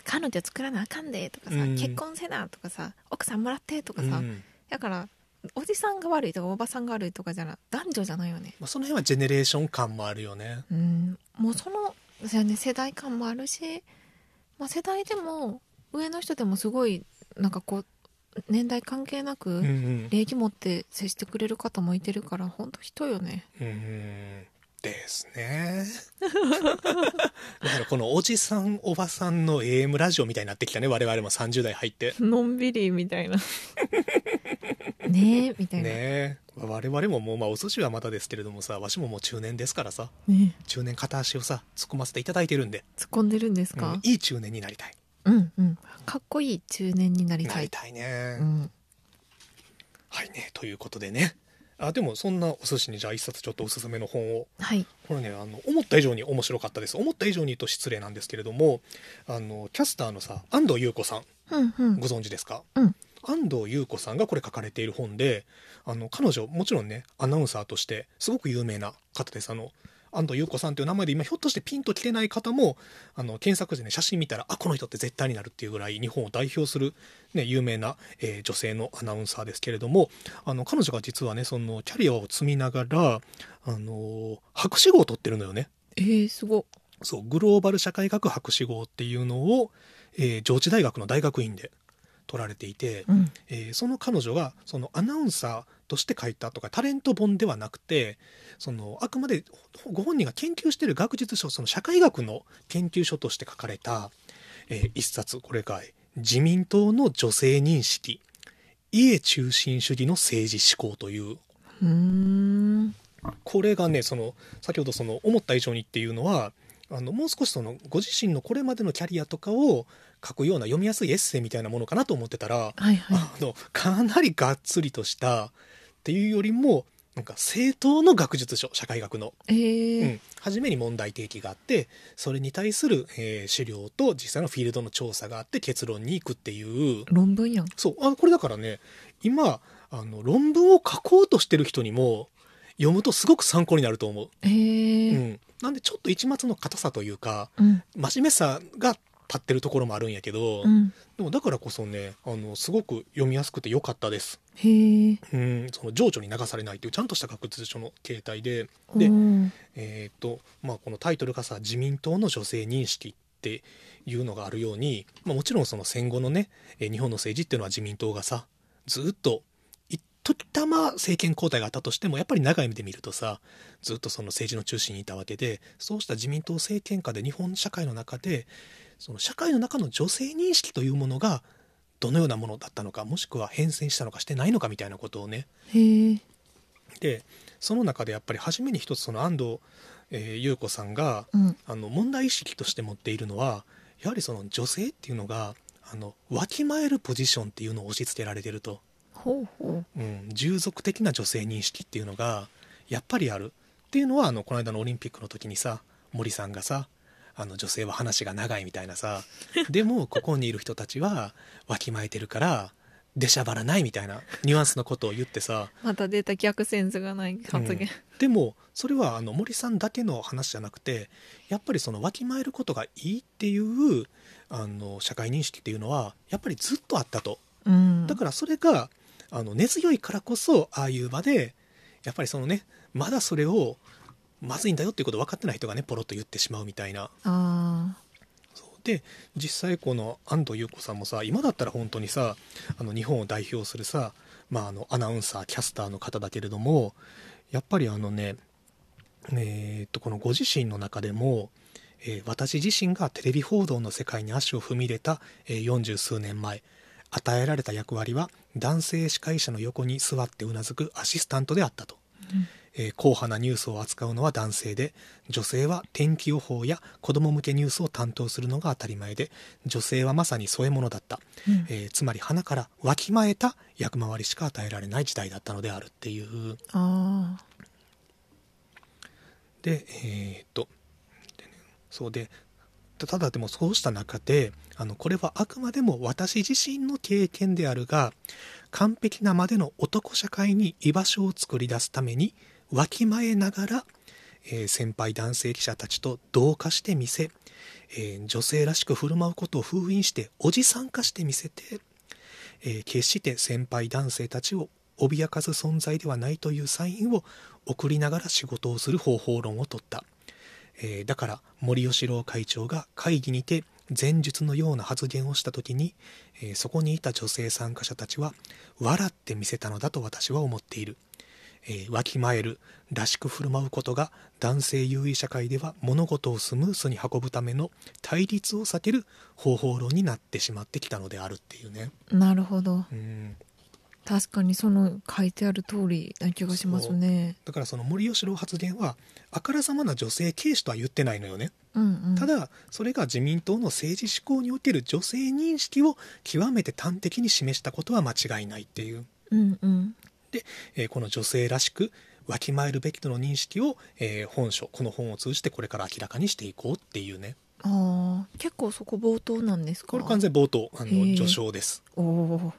彼女作らなあかんでとかさ、
うん
結婚せなとかさ奥さんもらってとか
う
さ、
ん
だからおじさんが悪いとかおばさんが悪いとかじゃな男女じゃないよね
まあ、その辺はジェネレーション感もあるよね
うんもうそのそうやね世代間もあるし、まあ、世代でも上の人でもすごいなんかこう年代関係な
うんう
く
ん
礼儀持って接してくれる方もいてるから本当人よね
うんうんですねだからこのおじさんおばさんの AM ラジオみたいになってきたね我々も30代入って
のんびりみたいな ねえみたいなね
ねえまあ我々ももうまあお寿司はまだですけれどもさわしももう中年ですからさ
え
中年片足をさ突っ込ませていただいてるんで、
突っ込んでるんです
うん
か、
いい中年になりたい
うん、うんかっこいい中年になり
な
た
り
い
たいね、
うん、
はいねということでねあでもそんなお寿司にじゃあ一冊ちょっとおすすめの本を
はい
これねあの思った以上に面白かったです思った以上に言うと失礼なんですけれどもあのキャスターのさ安藤優子さん
うんうん
ご存知ですか、
うん
安藤優子さんがこれ書かれている本であの彼女もちろんねアナウンサーとしてすごく有名な方ですあの安藤優子さんという名前で今ひょっとしてピンと来てない方もあの検索時ね写真見たらあこの人って絶対になるっていうぐらい日本を代表する、ね、有名な、えー女性のアナウンサーですけれどもあの彼女が実はねそのキャリアを積みながらあの博士号を取ってるのよね。
えー、すご
そうグローバル社会学博士号っていうのを、えー上智大学の大学院で取られていて、
うん
えーその彼女がそのアナウンサーとして書いたとかタレント本ではなくてそのあくまでほご本人が研究している学術書その社会学の研究書として書かれた、えー一冊これが「自民党の女性認識家中心主義の政治思考」という
うーん
これがねその先ほどその思った以上にっていうのはあのもう少しそのご自身のこれまでのキャリアとかを書くような読みやすいエッセイみたいなものかなと思ってたら、
はいはい
あのかなりがっつりとしたっていうよりもなんか正当の学術書社会学の、
えー
うん、初めに問題提起があってそれに対する、えー資料と実際のフィールドの調査があって結論に行くっていう
論文やん
そうあこれだからね今あの論文を書こうとしてる人にも読むとすごく参考になると思う。
えー
うん、なんでちょっと一末の硬さというか
うん
真面目さが立ってるところもあるんやけど、
うん
でもだからこそねあのすごく読みやすくて良かったです、
へえ
うん、その情緒に流されないというちゃんとした学術書の形態で
お
で、
ー
えーとまあ、このタイトルがさ「自民党の女性認識」っていうのがあるように、まあ、もちろんその戦後のねえー日本の政治っていうのは自民党がさずっと一時たま政権交代があったとしてもやっぱり長い目で見るとさずっとその政治の中心にいたわけでそうした自民党政権下で日本社会の中でその社会の中の女性認識というものがどのようなものだったのかもしくは変遷したのかしてないのかみたいなことをね
へえ
でその中でやっぱり初めに一つその安藤、えー優子さんが
うん
あの問題意識として持っているのはやはりその女性っていうのがあのわきまえるポジションっていうのを押し付けられてると、
ほうほう
うん、従属的な女性認識っていうのがやっぱりあるっていうのはあのこの間のオリンピックの時にさ森さんがさあの女性は話が長いみたいなさでもここにいる人たちはわきまえてるから出しゃばらないみたいなニュアンスのことを言ってさ
また出た逆センスがない発言、
でもそれはあの森さんだけの話じゃなくてやっぱりそのわきまえることがいいっていうあの社会認識っていうのはやっぱりずっとあったと
うん
だからそれがあの根強いからこそああいう場でやっぱりそのねまだそれをまずいんだよっていうことを分かってない人がねポロッと言ってしまうみたいな
あ
そうで実際この安藤優子さんもさ今だったら本当にさあの日本を代表するさ、まあ、あのアナウンサーキャスターの方だけれどもやっぱりあのねえーっとこのご自身の中でも、えー私自身がテレビ報道の世界に足を踏み入れた、えー、40数年前与えられた役割は男性司会者の横に座ってうなずくアシスタントであったと。
うん
えー硬派なニュースを扱うのは男性で女性は天気予報や子供向けニュースを担当するのが当たり前で女性はまさに添え物だった、
うん
えーつまり花からわきまえた役回りしか与えられない時代だったのであるっていう
ああ
でえーっとでねそうでたただでもそうした中であのこれはあくまでも私自身の経験であるが完璧なまでの男社会に居場所を作り出すためにわきまえながら、えー先輩男性記者たちと同化してみせ、えー女性らしく振る舞うことを封印しておじさん化してみせて、えー決して先輩男性たちを脅かす存在ではないというサインを送りながら仕事をする方法論を取った、えーだから森喜朗会長が会議にて前述のような発言をした時に、えーそこにいた女性参加者たちは笑ってみせたのだと私は思っている、えーわきまえるらしく振る舞うことが男性優位社会では物事をスムースに運ぶための対立を避ける方法論になってしまってきたのであるっていうね
なるほど
うん
確かにその書いてある通りな気がしますね
だからその森喜朗発言はあからさまな女性軽視とは言ってないのよね
うんうん
ただそれが自民党の政治志向における女性認識を極めて端的に示したことは間違いないっていう、
うんうん
えーこの女性らしくわきまえるべきとの認識を、えー本書この本を通じてこれから明らかにしていこうっていうね
ああ結構そこ冒頭なんですか
これ完全冒頭あ
へ
の
え
序章です
おお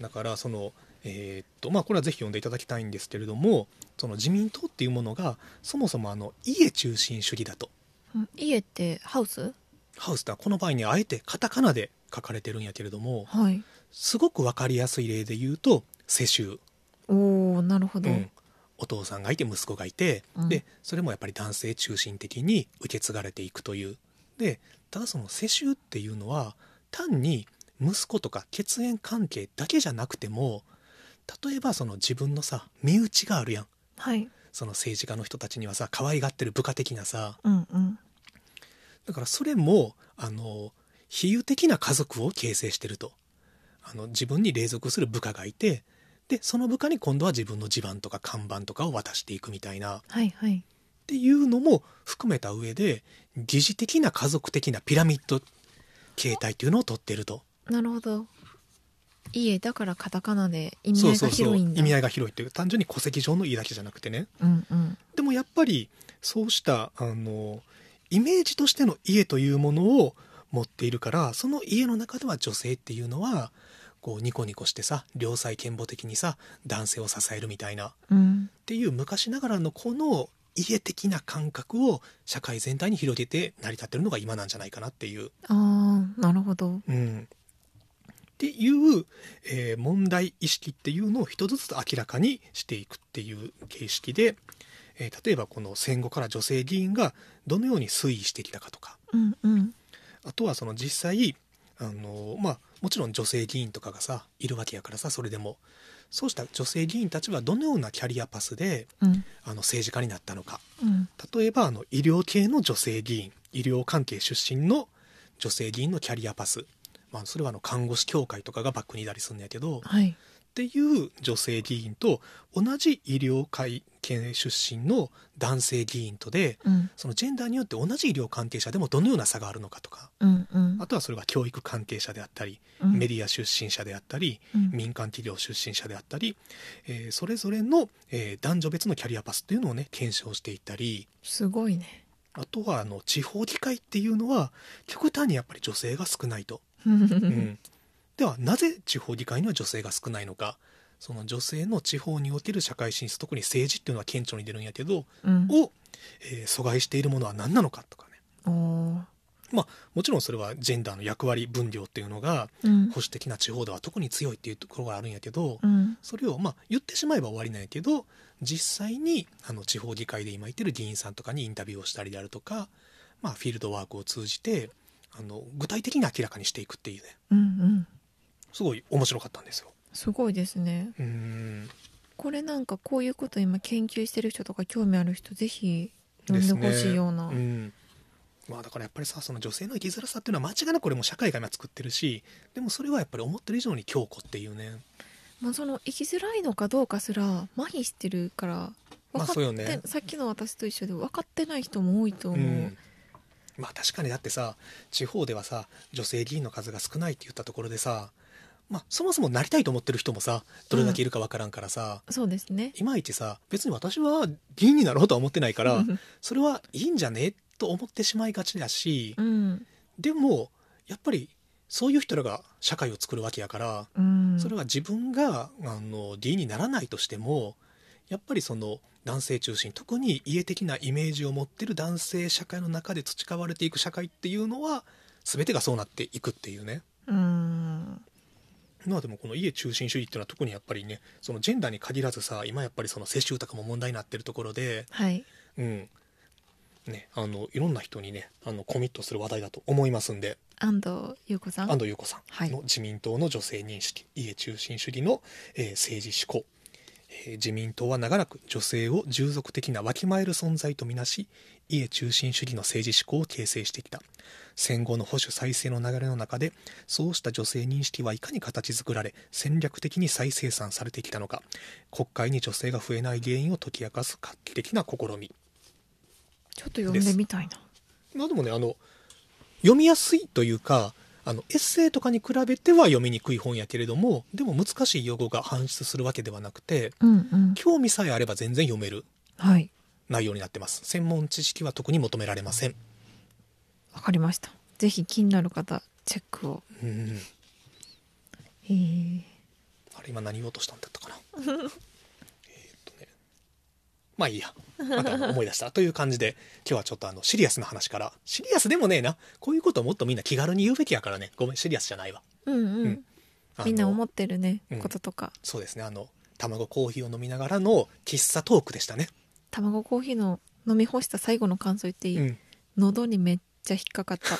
だからそのえーっとまあこれはぜひ読んでいただきたいんですけれどもその自民党っていうものがそもそもあの家中心主義だと
うん家ってハウス
ハウスではこの場合にあえてカタカナで書かれてるんやけれども
はい
すごく分かりやすい例で言うと世襲、
おおなるほど、
うんお父さんがいて息子がいて、
うん
でそれもやっぱり男性中心的に受け継がれていくというでただその世襲っていうのは単に息子とか血縁関係だけじゃなくても例えばその自分のさ身内があるやん
はい
その政治家の人たちにはさ可愛がってる部下的なさ
うんうん
だからそれもあの比喩的な家族を形成してるとあの自分に隷属する部下がいてでその部下に今度は自分の地盤とか看板とかを渡していくみたいなっ
はいはい
ていうのも含めた上で疑似的な家族的なピラミッド形態っていうのを取ってると
なるほど家だからカタカナで意味
そ
合
う
い
そ
が
うそう
広いんだ
意味合いが広いっていう単純に戸籍上のいいだけじゃなくてね
うんうん
でもやっぱりそうしたあのイメージとしての家というものを持っているからその家の中では女性っていうのはこうニコニコしてさ良妻賢母的にさ男性を支えるみたいなっ
うん
ていう昔ながらのこの家的な感覚を社会全体に広げて成り立ってるのが今なんじゃないかなっていう。
ああなるほど
うんっていう、えー問題意識っていうのを一つずつ明らかにしていくっていう形式で、えー例えばこの戦後から女性議員がどのように推移してきたかとか
うんうん
あとはその実際あのまあもちろん女性議員とかがさいるわけやからさそれでもそうした女性議員たちはどのようなキャリアパスで
うん
あの政治家になったのか
うん
例えばあの医療系の女性議員医療関係出身の女性議員のキャリアパス、まあ、それはあの看護師協会とかがバックにいたりするんやけどっ
はい
ていう女性議員と同じ医療会系出身の男性議員とで
うん
そのジェンダーによって同じ医療関係者でもどのような差があるのかとか
うんうん
あとはそれが教育関係者であったり
うん
メディア出身者であったり
うん
民間企業出身者であったり、えーそれぞれの、えー男女別のキャリアパスというのをね検証していったり、
すごいね
あとはあの地方議会っていうのは極端にやっぱり女性が少ないと、うんではなぜ地方議会には女性が少ないのかその女性の地方における社会進出特に政治っていうのは顕著に出るんやけど、
うん
を、えー阻害しているものは何なのかとかね
おお
まあもちろんそれはジェンダーの役割分量っていうのが
うん
保守的な地方では特に強いっていうところがあるんやけど
うん
それをまあ言ってしまえば終わりなんやけど実際にあの地方議会で今言ってる議員さんとかにインタビューをしたりであるとか、まあ、フィールドワークを通じてあの具体的に明らかにしていくっていうね
うんうん
すごい面白かったんですよ。
すごいですね
うーん
これなんかこういうこと今研究してる人とか興味ある人ぜひ読んでほしいような、
ですねうんまあ、だからやっぱりさその女性の生きづらさっていうのは間違いなくこれも社会が今作ってるしでもそれはやっぱり思ってる以上に強固っていうね
まあ、その生きづらいのかどうかすら麻痺してるから
まあ
分かって、
そうよね
さっきの私と一緒で分かってない人も多いと思う、
うんまあ確かにだってさ地方ではさ女性議員の数が少ないって言ったところでさまあそもそもなりたいと思ってる人もさどれだけいるかわからんからさ、
そうですね
いまいちさ別に私は議員になろうとは思ってないか
う
ら
ん
それはいいんじゃねと思ってしまいがちだし、
うん、
でもやっぱりそういう人らが社会を作るわけやから、
うん、
それは自分があの D にならないとしてもやっぱりその男性中心特に家的なイメージを持ってる男性社会の中で培われていく社会っていうのは全てがそうなっていくっていうね。
うん
まあでもこの家中心主義っていうのは特にやっぱりねそのジェンダーに限らずさ今やっぱりその世襲とかも問題になってるところで
はい
うんねあのいろんな人にねあのコミットする話題だと思いますんで
安藤優子さん
安藤優子さ
はい
んの自民党の女性認識、家中心主義の、えー政治思考、えー自民党は長らく女性を従属的なわきまえる存在とみなし家中心主義の政治思考を形成してきた戦後の保守再生の流れの中でそうした女性認識はいかに形作られ戦略的に再生産されてきたのか国会に女性が増えない原因を解き明かす画期的な試み
ちょっと読んでみたいな
まあでもねあの読みやすいというかあのエッセイとかに比べては読みにくい本やけれどもでも難しい用語が搬出するわけではなくて
うんうん
興味さえあれば全然読める
はい
内容になってます専門知識は特に求められません
わかりましたぜひ気になる方チェックを
うん
えー
あれ今何言おうとしたんだった かなえーっとねまあいいやまたあの思い出したという感じで今日はちょっとあのシリアスな話からシリアスでもねえなこういうことをもっとみんな気軽に言うべきやからねごめんシリアスじゃないわ
うんう
うんんあの
みんな思ってるね、
うん
こととか
そうですねあの卵コーヒーを飲みながらの喫茶トークでしたね、
卵コーヒーの飲み干した最後の感想言っていい、
うん、
喉にめっちゃ引っかかった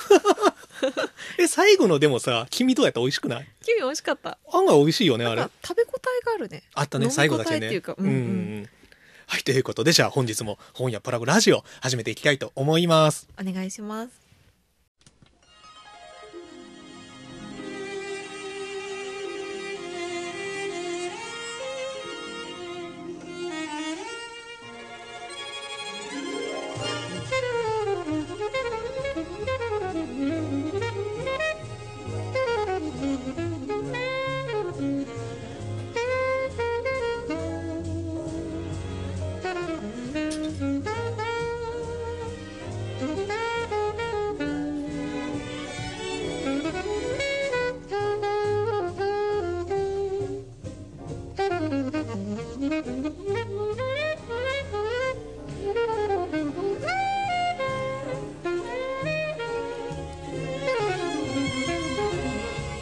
え最後のでもさ君どうやった美味しくない
キウイ美味しかった
案外美味しいよねあ
なん
れ
か食べ応えがあるね
あった
飲
ね
み
最後だけ
応え
ね
っていうかう
うんん
う
うんんうんはいということでじゃあ本日も本やパラグラジオ始めていきたいと思います
お願いします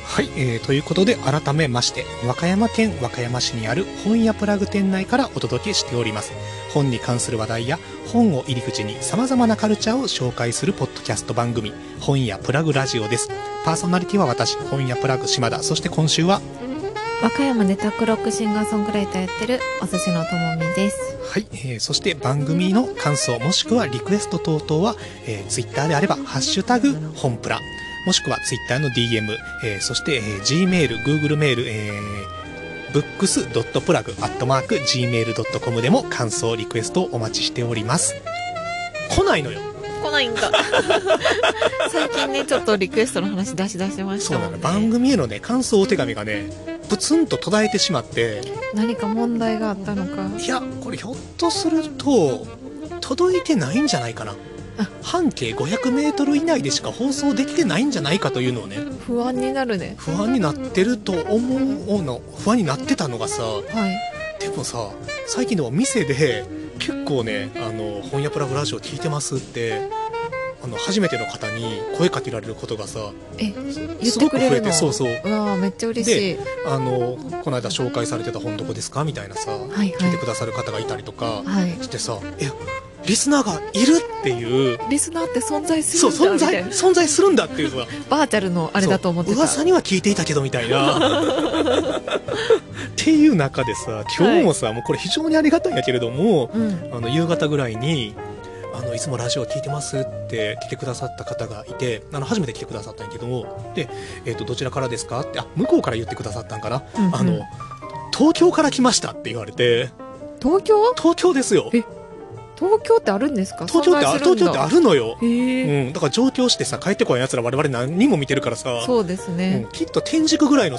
はい、えーということで改めまして和歌山県和歌山市にある本屋プラグ店内からお届けしております本に関する話題や本を入り口に様々なカルチャーを紹介するポッドキャスト番組本屋プラグラジオですパーソナリティは私本屋プラグ島田そして今週は
和歌山でタクロックシンガーソングライターやってるお寿司のともみです
はい、えーそして番組の感想もしくはリクエスト等々は、えー、ツイッターであれば「ハッシュタグ本プラ」もしくはツイッターの DM、えーそして、えー Gmail、Google メール、えー、books.plug.gmail.com でも感想、リクエストをお待ちしております。来ないのよ。
来ない んだ最近ねちょっとリクエストの話出し出してまし
そう
た
な
もん
の。
ね
番組へのね、感想お手紙がね、プツンと途絶えてしまって、
何か問題があったのか
いやこれひょっとすると届いてないんじゃないかな
あ
半径 500m 以内でしか放送できてないんじゃないかというのをね
不安になるね
不安になってると思うの不安になってたのがさ
はい
でもさ最近でも店で結構ねあの「本屋プラグラジオ聞いてます」ってあの初めての方に声かけられることがさ
え言っ
す
て
ごく
く
増
れ
え
る
て
の
そうそう
うわあめっちゃ嬉しい
あのこの間紹介されてた本どこですかみたいなさ、
はい
聞いてくださる方がいたりとか、
はい
してさ「えリスナーがいる!」っていう
リスナーって存在す
そう
る
存
んだみた
在
いな
存在するんだっていうさ
バーチャルの あれだと思って
そう
た
噂には聞いていたけどみたい なっていう中でさ今日もさ、もうこれ非常にありがたいんやけれども
うん
あの夕方ぐらいにあの「いつもラジオ聞いてます」って来てくださった方がいてあの初めて来てくださったんやけどもで、えーと「どちらからですか?」ってあ向こうから言ってくださったんかな、
うんうん
あの「東京から来ました」って言われて
東京
東京ですよ
え東京ってあるんですか
東京ってあ東京ってあ
る
るのよ、
へえ、
うん、だから上京してさ帰ってこないやつら我々何人も見てるからさ
そうです
うん
ね、
きっと天竺ぐらいの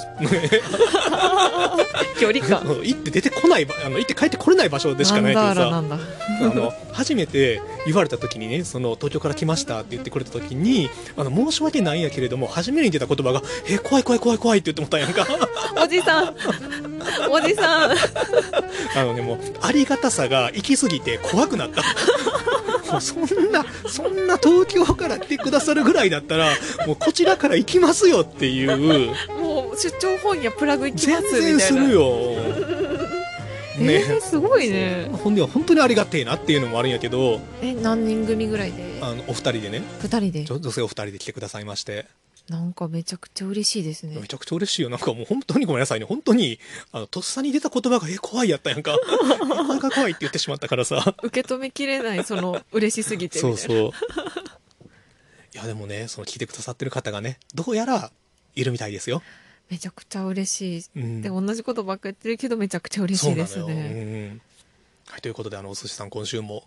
距離感
行って出てこないばあの行って帰ってこれない場所でしかないけど
なんだあら
さ
なんだ
あの初めて言われた時にねその東京から来ましたって言ってくれた時にあの申し訳ないんやけれども初めに出た言葉が「え怖い怖い怖い怖い」って言ってもったんやんか
おじさんおじさん
あのねもうありがたさが行き過ぎて怖くなった もうそんなそんな東京から来てくださるぐらいだったらもうこちらから行きますよって いう。
もう出張本屋プラグいきま
全
すみたいな
然するよ。
えーすごいね
そうほんでは本当にありがてえなっていうのもあるんやけど、
え何人組ぐらいで
あのお二人でね、
二人で
女女性お二人で来てくださいまして、
なんかめちゃくちゃ嬉しいですね
めちゃくちゃ嬉しいよ。なんかもう本当にごめんなさいね。本当に、あの、とっさに出た言葉が、え、怖いやったやんか。 なんか怖いって言ってしまったからさ。
受け止めきれないその嬉しすぎてみた
そ
いうな
そう。いや、でもね、その聞いてくださってる方がね、どうやら、いるみたいですよ。
めちゃくちゃ嬉しい、
うん。
で同じことばっかり言ってるけどめちゃくちゃ嬉しいです
そうなのよ。うん。
ね
はい、ということで、あの、お寿司さん今週も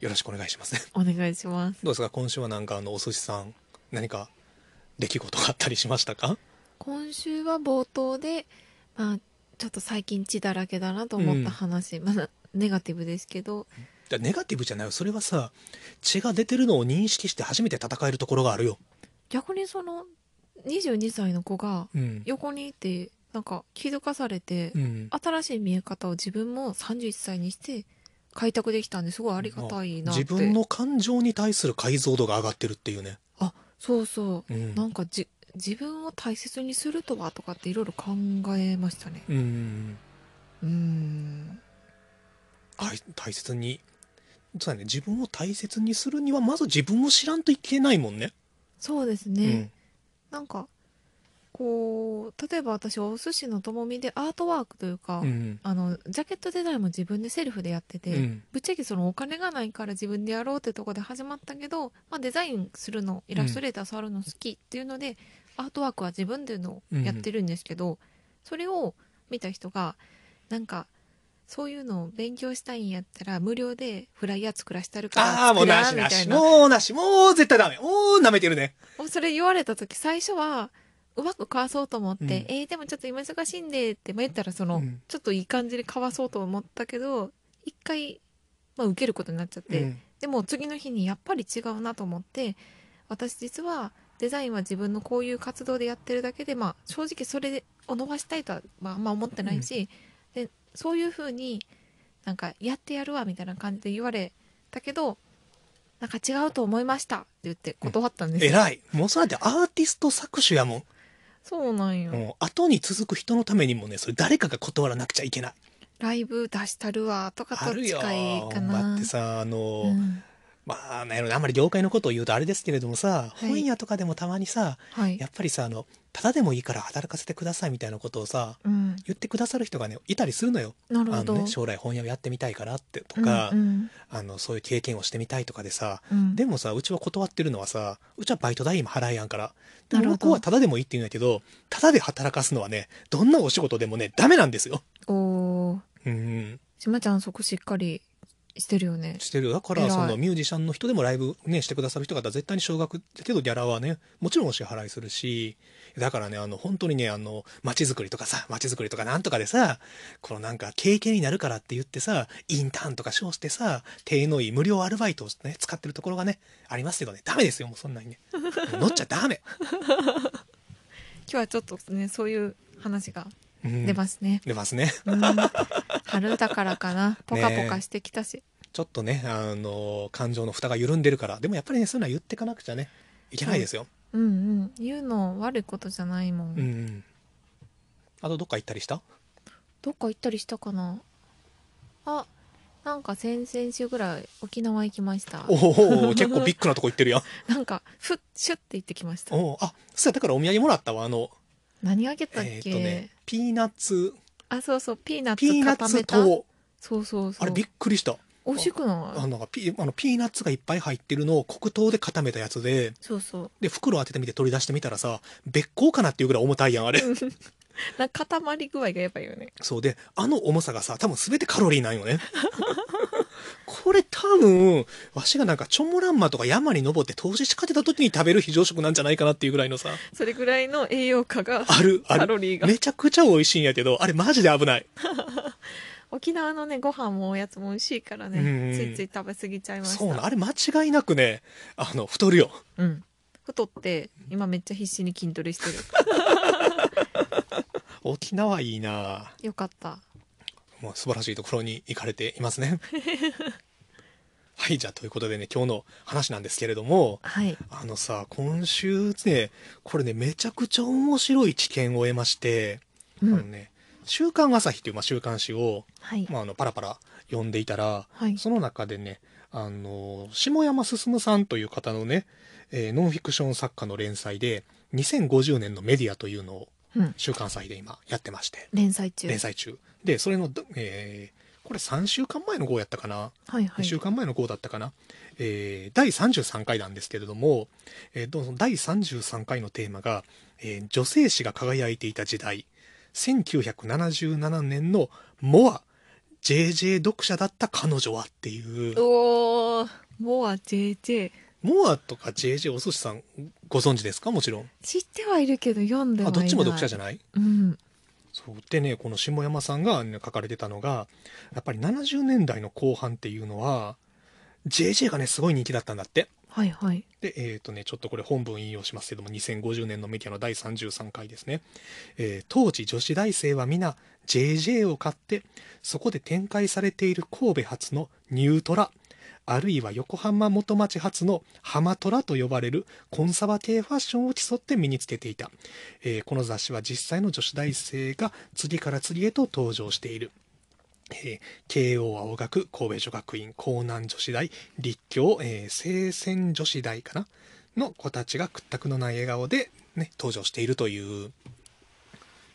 よろしくお願いしますね。
お願いします
どうですか今週はなんかあのお寿司さん何か出来事があったりしましたか
今週は冒頭でまあちょっと最近血だらけだなと思った話、まあネガティブですけど
だネガティブじゃないよそれはさ血が出てるのを認識して初めて戦えるところがあるよ、
逆にその22歳の子が
うん
横にいてなんか気づかされて、
うん、
新しい見え方を自分も31歳にして開拓できたんですごいありがたいなって
自分の感情に対する解像度が上がってるっていうね、
あそうそう、
うん
なんかじ自分を大切にするとはとかっていろいろ考えましたね
うん、
うーん
はい大切にそうだね自分を大切にするにはまず自分を知らんといけないもんね、
そうです
う
ね、
ん、
なんかこう例えば私お寿司のともみでアートワークというか、
うん
あのジャケットデザインも自分でセルフでやってて、
うん
ぶっちゃけそのお金がないから自分でやろうってとこで始まったけど、まあ、デザインするのイラストレーター触るの好きっていうので、アートワークは自分でのやってるんですけど、それを見た人がなんかそういうのを勉強したいんやったら無料でフライヤー作らしてあるから
ああもう
作
な
ら
し
み
な
たい
し
な
もうなしもう絶対ダメもう舐めてるね
もうそれ言われた時最初はうまくかわそうと思って、
うん
えーでもちょっと今忙しいんでってまあ言ったらその、
うん
ちょっといい感じにかわそうと思ったけど一回、まあ、受けることになっちゃって、
うん
でも次の日にやっぱり違うなと思って私実はデザインは自分のこういう活動でやってるだけで、まあ、正直それを伸ばしたいとは、まあ、あんま思ってないし、でそういうふうになんかやってやるわみたいな感じで言われたけどなんか違うと思いましたって言って断ったんですよ、
偉いもうそうやってアーティスト作手やもん
そうなんよ、
うん、後に続く人のためにもねそれ誰かが断らなくちゃいけない
ライブ出したるわとか
あ
と
るよ
近いか
だ
な
ってさあの、
うん
まあなんやろなあんまり業界のことを言うとあれですけれどもさ、
い
本屋とかでもたまにさ
はい
やっぱりさあのただでもいいから働かせてくださいみたいなことをさ
うん、
言ってくださる人がねいたりするのよ
なる
あ
ほど
の、ね、将来本屋をやってみたいからってとか、
うん
あのそういう経験をしてみたいとかでさ
うんうん
でもさうちは断ってるのはさうちはバイト代今払えやんからで
なる
も
ほど
向こうはただでもいいって言うんだけどただで働かすのはねどんなお仕事でもねダメなんですよ。
おー
うん
しまちゃんそこしっかりしてるよね
してるだか
偉
ら
い
そのミュージシャンの人でもライブねしてくださる人方絶対に少額だけどギャラはねもちろんお支払いするしだからねあの本当にねあの街づくりとかさ街づくりとかなんとかでさこのなんか経験になるからって言ってさインターンとか称してさ手のいい無料アルバイトをね使ってるところがねありますけどねダメですよもうそんなに ねもう乗っちゃダメ、
今日はちょっとねそういう話が
うん
出ますね、
出ますね
うん春だからかなポカポカしてきたし、
ちょっとねあの感情の蓋が緩んでるからでもやっぱりねそういうのは言ってかなくちゃねいけないですよ、
うんうん言うの悪いことじゃないもん、
うんうんあとどっか行ったりした
どっか行ったりしたかなあなんか先々週ぐらい沖縄行きました
おお結構ビッグなとこ行ってるやん
なんかふっシュッて行ってきまし た
おーあそうやだからお土産もらったわあの
何あげたっ
え
け、
ーっとねピーナッツ
あそうそうピーナッ
ピー
ツ
ナッ
固め
ツ
た
と
そうそうそ
あ
う
れびっくりした
美味しく
あ
ない
のなんかピあのピーナッツがいっぱい入ってるのを黒糖で固めたやつで
そうそう
で袋当ててみて取り出してみたらさ別行かなっていうぐらい重たいやんあれ
なんか固まり具合がやばいよね
そうで、あの重さがさ、多分全てカロリーなんよね。 これ多分、わしがなんかチョモランマとか山に登って投資しかけた時に食べる非常食なんじゃないかなっていうぐらいのさ、
それぐらいの栄養価が
ある、ある。
カロリーが
めちゃくちゃ美味しいんやけど、あれマジで危ない。
沖縄のねご飯もおやつも美味しいから
うんう
ね
ん
ついつい食べ過ぎちゃいました
そうな、あれ間違いなくね、あの、太るよ。
うん、太って今めっちゃ必死に筋トレして る
沖縄いいな
よかった
もう素晴らしいところに行かれています ね。はい、じゃあということでね、今日の話なんですけれども、
はい
あのさ、今週ね、これね、めちゃくちゃ面白い知見を得まして、
うん
あのね、週刊朝日という、まあ、週刊誌を、
はい、
まあ、あのパラパラ読んでいたら、
はい
その中でね、あの、下山進さんという方のね、えーノンフィクション作家の連載で、2050年のメディアというのを
うん、
週刊祭で今やってまして、
連載中
連載中。で、それのど、えーこれ3週間前の号やったかな
はいは
2
い
週間前の号だったかな、えー第33回なんですけれども、えーどうぞ第33回のテーマが、えー女性誌が輝いていた時代1977年の「モア JJ 読者だった彼女は」っていう
おーモア JJ
モアとか JJ お寿司さんご存知ですかもちろん
知ってはいるけど読んでは
あ
いな
ど
い
っちも読者じゃ
ゃ
ない
うん
そうでねこの下山さんがね、書かれてたのがやっぱり70年代の後半っていうのは JJ がねすごい人気だったんだって
はいはい
で、えっ、とね、ちょっとこれ本文引用しますけども、2050年のメディアの第33回ですね。えー当時女子大生は皆 JJ を買って、そこで展開されている神戸発のニュートラ、あるいは横浜元町発のハマトラと呼ばれるコンサバティファッションを競って身につけていた。えーこの雑誌は実際の女子大生が次から次へと登場している。えー慶応青学神戸女学院江南女子大立教、えー、清泉女子大かなの子たちが屈託のない笑顔で、ね、登場しているという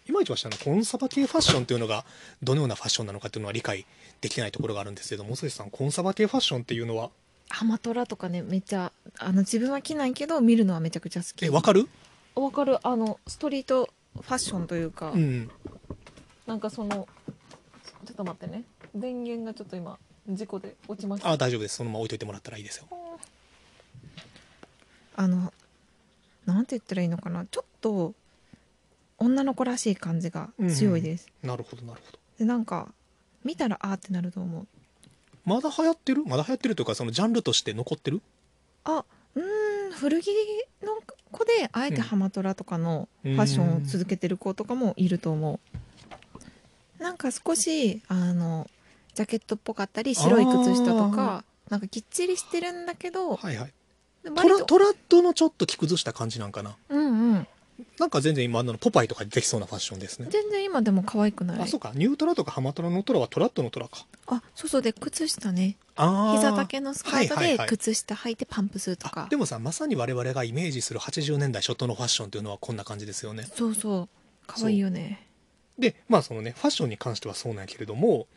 いまいち私あのコンサバティファッションというのがどのようなファッションなのかというのは理解できてないところがあるんですけどもそさんコンサバティファッションっていうのは
ハマトラとかねめっちゃあの自分は着ないけど見るのはめちゃくちゃ好き
えわかる
わかるあのストリートファッションというか、
うん
なんかそのちょっと待ってね電源がちょっと今事故で落ちました
あ大丈夫ですそのまま置いといてもらったらいいですよ
あのなんて言ったらいいのかなちょっと女の子らしい感じが強いです、
なるほどなるほど
でなんか見たらあーってなると思う
まだ流行ってるまだ流行ってるというかそのジャンルとして残ってる
あうーん古着の子であえてハマトラとかのファッションを続けてる子とかもいると思うなんか少しあのジャケットっぽかったり白い靴下とかなんかきっちりしてるんだけど
はいはいト
割
ラ
と
トラッドのちょっと着崩した感じなんかな
うんうん
なんか全然今あんなのポパイとかにできそうなファッションですね。
全然今でも可愛くない
あ、そうか。ニュートラとかハマトラのトラはトラットのトラか。
あそうそうで靴下ね
あー
膝丈のスカート
はいはい
で
はい
靴下履いてパンプスとか、
あでもさ、まさに我々がイメージする80年代初頭のファッションというのはこんな感じですよね。
そうそう可愛いよね
で、まあそのね、ファッションに関してはそうなんやけれども、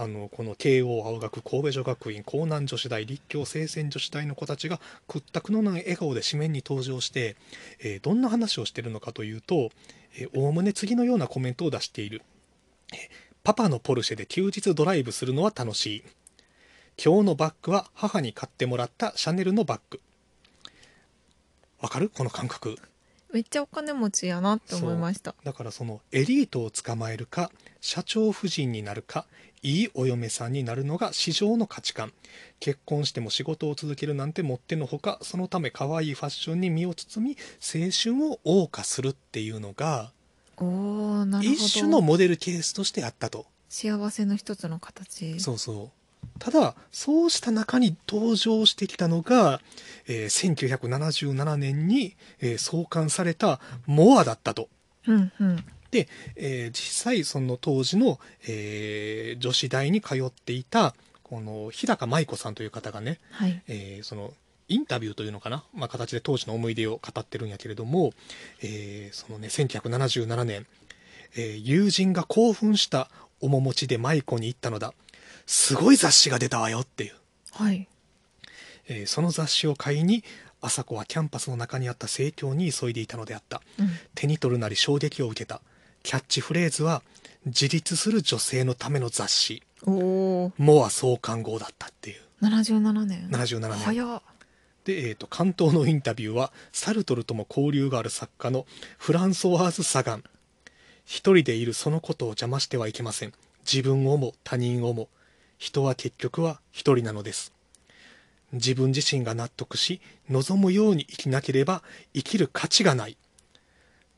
あの、この慶応青学神戸女学院江南女子大立教清泉女子大の子たちが屈託のない笑顔で紙面に登場して、えーどんな話をしてるのかというと、えーおおむね次のようなコメントを出している。パパのポルシェで休日ドライブするのは楽しい。今日のバッグは母に買ってもらったシャネルのバッグ。わかるこの感覚。
めっちゃお金持ちやなって思いました
だからそのエリートを捕まえるか、社長夫人になるか、いいお嫁さんになるのが市場の価値観。結婚しても仕事を続けるなんてもってのほか、そのため可愛いファッションに身を包み、青春を謳歌するっていうのが、
おーなるほど
一種のモデルケースとしてあったと。
幸せの一つの形
そうそう。ただ、そうした中に登場してきたのが、えー1977年に、えー創刊されたモアだったと。
うんうん
で、えー実際その当時の、えー女子大に通っていた、この日高舞子さんという方がね、
はい
えーそのインタビューというのかな、まあ、形で当時の思い出を語ってるんやけれども、えーそのね1977年、えー友人が興奮した面持ちで舞子に行ったのだすごい雑誌が出たわよっていう、
はい
えーその雑誌を買いに朝子はキャンパスの中にあった生協に急いでいたのであった
うん
手に取るなり衝撃を受けたキャッチフレーズは自立する女性のための雑誌
おお
「モア創刊号」だったっていう
77年
77年
早っ
で、えー、と関東のインタビューはサルトルとも交流がある作家のフランソワーズ・サガン一人でいるそのことを邪魔してはいけません自分をも他人をも人は結局は一人なのです自分自身が納得し望むように生きなければ生きる価値がない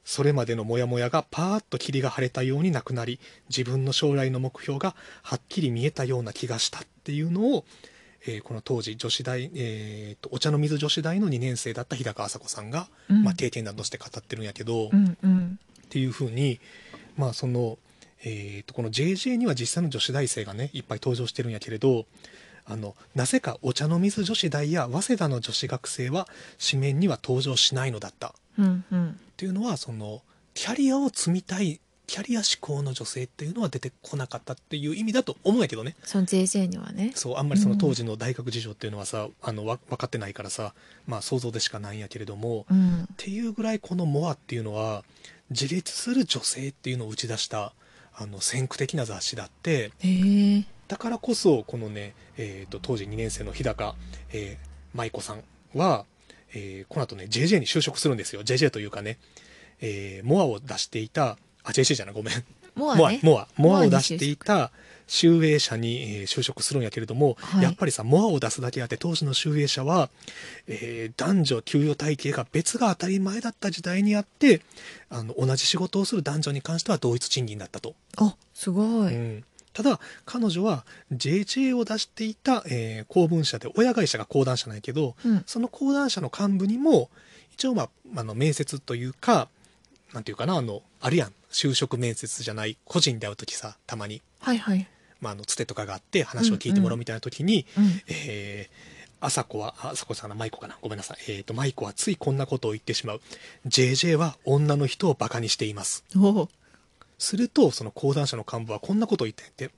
それまでのモヤモヤがパーッと霧が晴れたようになくなり自分の将来の目標がはっきり見えたような気がしたっていうのをえーこの当時女子大、えーとお茶の水女子大の2年生だった日高麻子さんが、
うん
まあ、経験談として語ってるんやけど、っ
うんうん
ていうふうに、まあ、その、えーとこの JJ には実際の女子大生がねいっぱい登場してるんやけれどあのなぜかお茶の水女子大や早稲田の女子学生は紙面には登場しないのだったっ
うんうん
ていうのはそのキャリアを積みたいキャリア志向の女性っていうのは出てこなかったっていう意味だと思うんやけどね。
その JJ にはね
そうあんまりその
うん
当時の大学事情っていうのはさ、あのわ分かってないからさまあ想像でしかないんやけれども、っ
うん
ていうぐらいこのモアっていうのは自立する女性っていうのを打ち出したあの先駆的な雑誌だって
へえ
だからこそこのね、えー、と当時2年生の日高、えー舞子さんは、えーこの後ね JJ に就職するんですよ JJ というかね、えーモアを出していたあ JJ じゃないごめん
モ
モ
ア
ア
ね
モアモア
モア
を
に就職
出していた集英社に、えー就職するんやけれども、
はい
やっぱりさモアを出すだけあって当時の集英社は、えー男女給与体系が別が当たり前だった時代にあってあの同じ仕事をする男女に関しては同一賃金だったと。
あすご
う
い
んただ彼女は JJ を出していた、えー公文社で親会社が講談社なんやけど、
うん
その講談社の幹部にも一応、まあ、あの面接というかなんていうかなあのあるやん就職面接じゃない個人で会う時さたまに、
はいはい
まあ、あのつてとかがあって話を聞いてもらうみたいな時に、
うん
えー、朝子は、あ朝子さんの舞子かな、ごめんなさい。えっ、と、舞子はついこんなことを言ってしまう。JJ は女の人をバカにしています。
おお
すると、その講談社の幹部はこんなことを言ってて、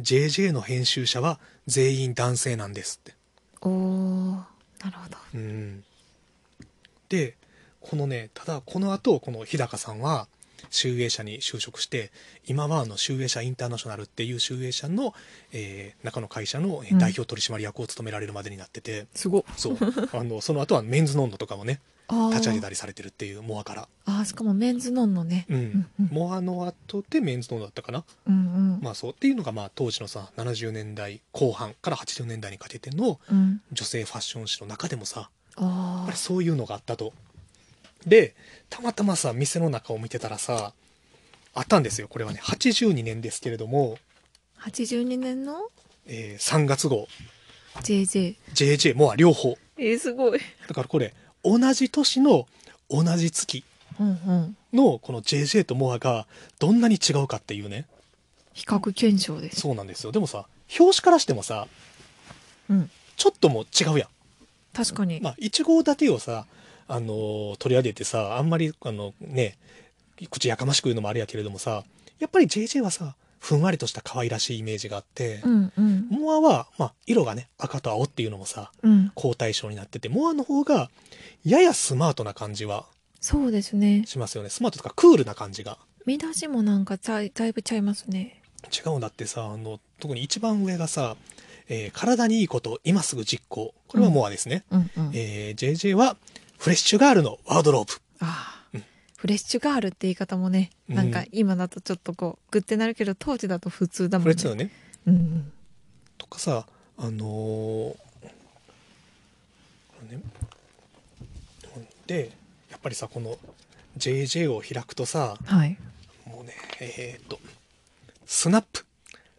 JJ の編集者は全員男性なんですって。
おーなるほど
うん。で、このね、ただこの後、この日高さんは、集英社に就職して、今はあの集英社インターナショナルっていう集英社の、えー中の会社のえー
うん
代表取締役を務められるまでになってて、
すご
そうあのその後はメンズノンノとかもね
あ
立ち上げ
ー
たりされてるっていうモアから、
あーしかもメンズノンのね
うん
うんうん
モアの後でメンズノンノだったかな、
うんうん
まあそうっていうのがまあ当時のさ70年代後半から80年代にかけての
うん
女性ファッション誌の中でもさやっ
あ
ぱ
あ
りそういうのがあったとでたまたまさ店の中を見てたらさあったんですよこれはね82年ですけれども、
82年の
えー3月号
JJ
JJ モア両方
えー、すごい
だからこれ同じ年の同じ月
うんうん
のこの JJ とモアがどんなに違うかっていうね
比較検証です
そうなんですよでもさ表紙からしてもさ
うん
ちょっともう違うや
確かに、
んまあ1号だけをさあのー取り上げてさあんまりあのね口やかましく言うのもあれやけれどもさやっぱり JJ はさふんわりとした可愛らしいイメージがあって、
うんうん
モアは、まあ、色がね赤と青っていうのもさ
うん
好対象になっててモアの方がややスマートな感じは
そうですね
しますよねスマートとかクールな感じが
見出しもなんかだいだいぶちゃいますね
違うんだってさあの特に一番上がさ、えー体にいいこと今すぐ実行」これはモアですね、
うんうん
えー JJ は「フレッシュガールのワードローブ
ああ、
うん
フレッシュガールって言い方もね
うん
なんか今だとちょっとこうグッてなるけど当時だと普通だ」も
こ
んね
れつうのね
うんうん
とかさあのーこれねでやっぱりさこの JJ を開くとさ
はい
もうねえーっとスナップ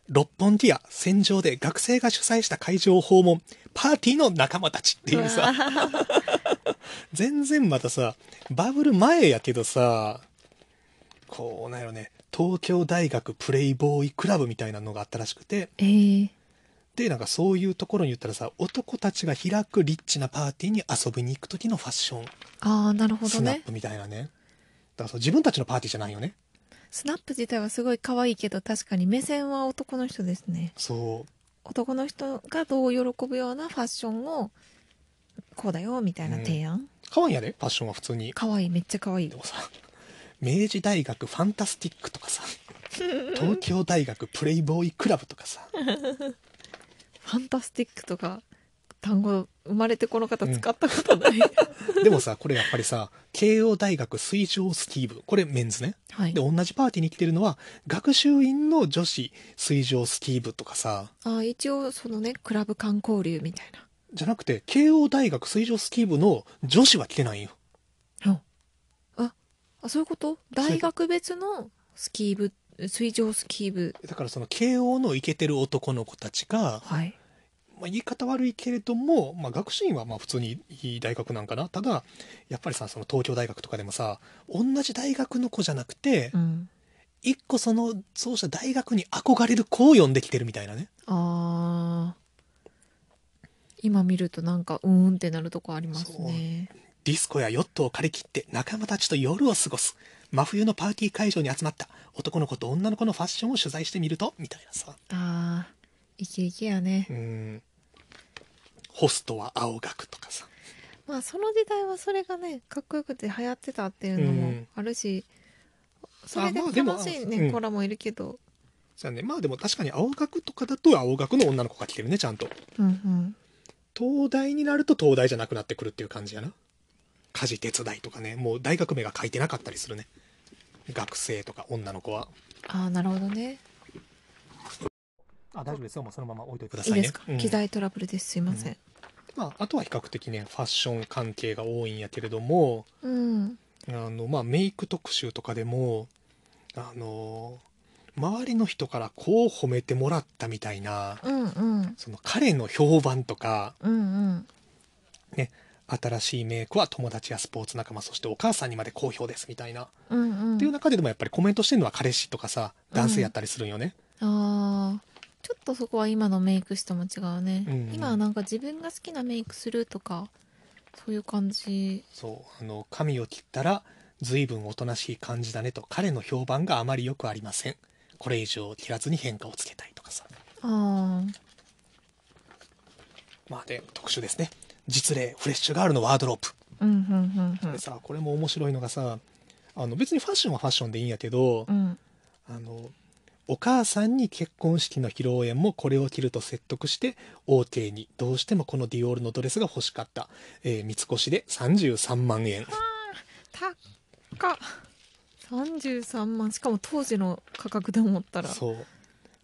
六本木や戦場で学生が主催した会場訪問パーティーの仲間たちっていうさ
わあ
全然またさバブル前やけどさこうなんやろね東京大学プレイボーイクラブみたいなのがあったらしくて
えー、
でなんかそういうところに言ったらさ男たちが開くリッチなパーティーに遊びに行く時のファッション、
ああなるほど
スナッ
ね
プみたいなねだからそう自分たちのパーティーじゃないよね
スナップ自体はすごい可愛いけど確かに目線は男の人ですね
そう
男の人がどう喜ぶようなファッションをこうだよみたいな提案、
可愛いんやでファッションは普通に
可愛いめっちゃ可愛い
でもさ 明治大学ファンタスティックとか さ東京大学プレイボーイクラブとかさ
ファンタスティックとか単語生まれてこの方使ったこと ない、
でもさこれやっぱりさ慶応大学水上スキー部これメンズね
はい
で同じパーティーに来てるのは学習院の女子水上スキー部とかさ
ああ一応そのねクラブ観光流みたい
じゃなくて慶応大学水上スキー部の女子は来てないよ
なああそういうこと大学別のスキー部水上スキー部
だからその慶応のイケてる男の子たちが、
はい
まあ、言い方悪いけれども、まあ、学習院はまあ普通にいい大学なんかなただやっぱりさその東京大学とかでもさ同じ大学の子じゃなくて、
うん
一個そのそうした大学に憧れる子を呼んできてるみたいなね
あー今見るとなんかうーんってなるとこありますね
ディスコやヨットを借り切って仲間たちと夜を過ごす真冬のパーティー会場に集まった男の子と女の子のファッションを取材してみるとみたいなさ
ああイケイケやね
うんホストは青学とかさ
まあその時代はそれがねかっこよくて流行ってたっていうの
う
も
ん
あるし、それで
あまあでも
楽しいね、
うん
子らもいるけど
じゃあねまあでも確かに青学とかだと青学の女の子が来てるねちゃんと
うんうん
東大になると東大じゃなくなってくるっていう感じやな家事手伝いとかねもう大学名が書いてなかったりするね学生とか女の子は
ああなるほどね
あ大丈夫ですよもうそのまま置いといてくだ
い
さいね
いですか、
うん
機材トラブルですすいません
まあ、あとは比較的ねファッション関係が多いんやけれども
うん
あの、まあ、メイク特集とかでもあの周りの人からこう褒めてもらったみたいな
うんうん
その彼の評判とか
うんうん
新しいメイクは友達やスポーツ仲間そしてお母さんにまで好評ですみたいな、
うんうん
っていう中ででもやっぱりコメントしてるのは彼氏とかさ男性やったりするんよね、
ああちょっとそこは今のメイク師とも違うね、
うんうん
今はなんか自分が好きなメイクするとかそういう感じ
そうあの髪を切ったら随分おとなしい感じだねと彼の評判があまり良くありませんこれ以上切らずに変化をつけたいとかさ
ああ
まあで特殊ですね実例フレッシュガールのワードロープ、
うんうんうんうん
でさこれも面白いのがさあの別にファッションはファッションでいいんやけど、
うん
あのお母さんに結婚式の披露宴もこれを着ると説得して OK にどうしてもこのディオールのドレスが欲しかった、えー三越で33万円
高っ33万しかも当時の価格で思ったら
そう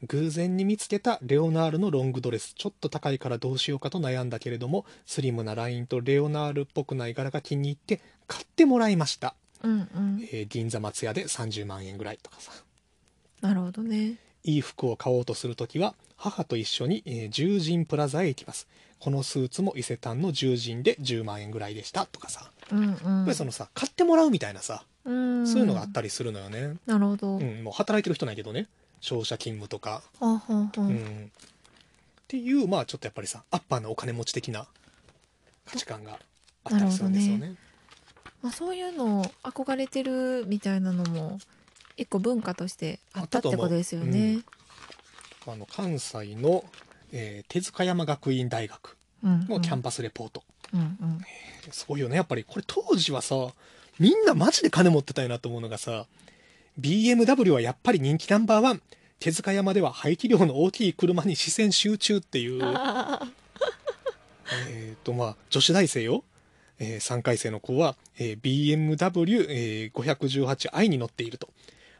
偶然に見つけたレオナールのロングドレスちょっと高いからどうしようかと悩んだけれどもスリムなラインとレオナールっぽくない柄が気に入って買ってもらいました
うんうん
えー銀座松屋で30万円ぐらいとかさ
なるほどね
いい服を買おうとするときは母と一緒に、えー獣人プラザへ行きますこのスーツも伊勢丹の獣人で10万円ぐらいでしたとかさや
うんうん
っぱりそのさ買ってもらうみたいなさ、
うん
そういうのがあったりするのよね、
なるほ
う
ど、は
ん、もう働いてる人なんやけどね商社勤務とか、
あはあはあ
うんっていうまあちょっとやっぱりさアッパーなお金持ち的な価値観があったりするんですよ
な
ね
まあ、そういうのを憧れてるみたいなのも一個文化としてあったってことですよね
あの関西の、えー手塚山学院大学
うんうん
のキャンパスレポート、
うんうん
すごいよねやっぱりこれ当時はさみんなマジで金持ってたよなと思うのがさ BMW はやっぱり人気ナンバーワン手塚山では排気量の大きい車に視線集中っていう
あー
えっとまあ女子大生よ、え3回生の子は、え BMW518i に乗っていると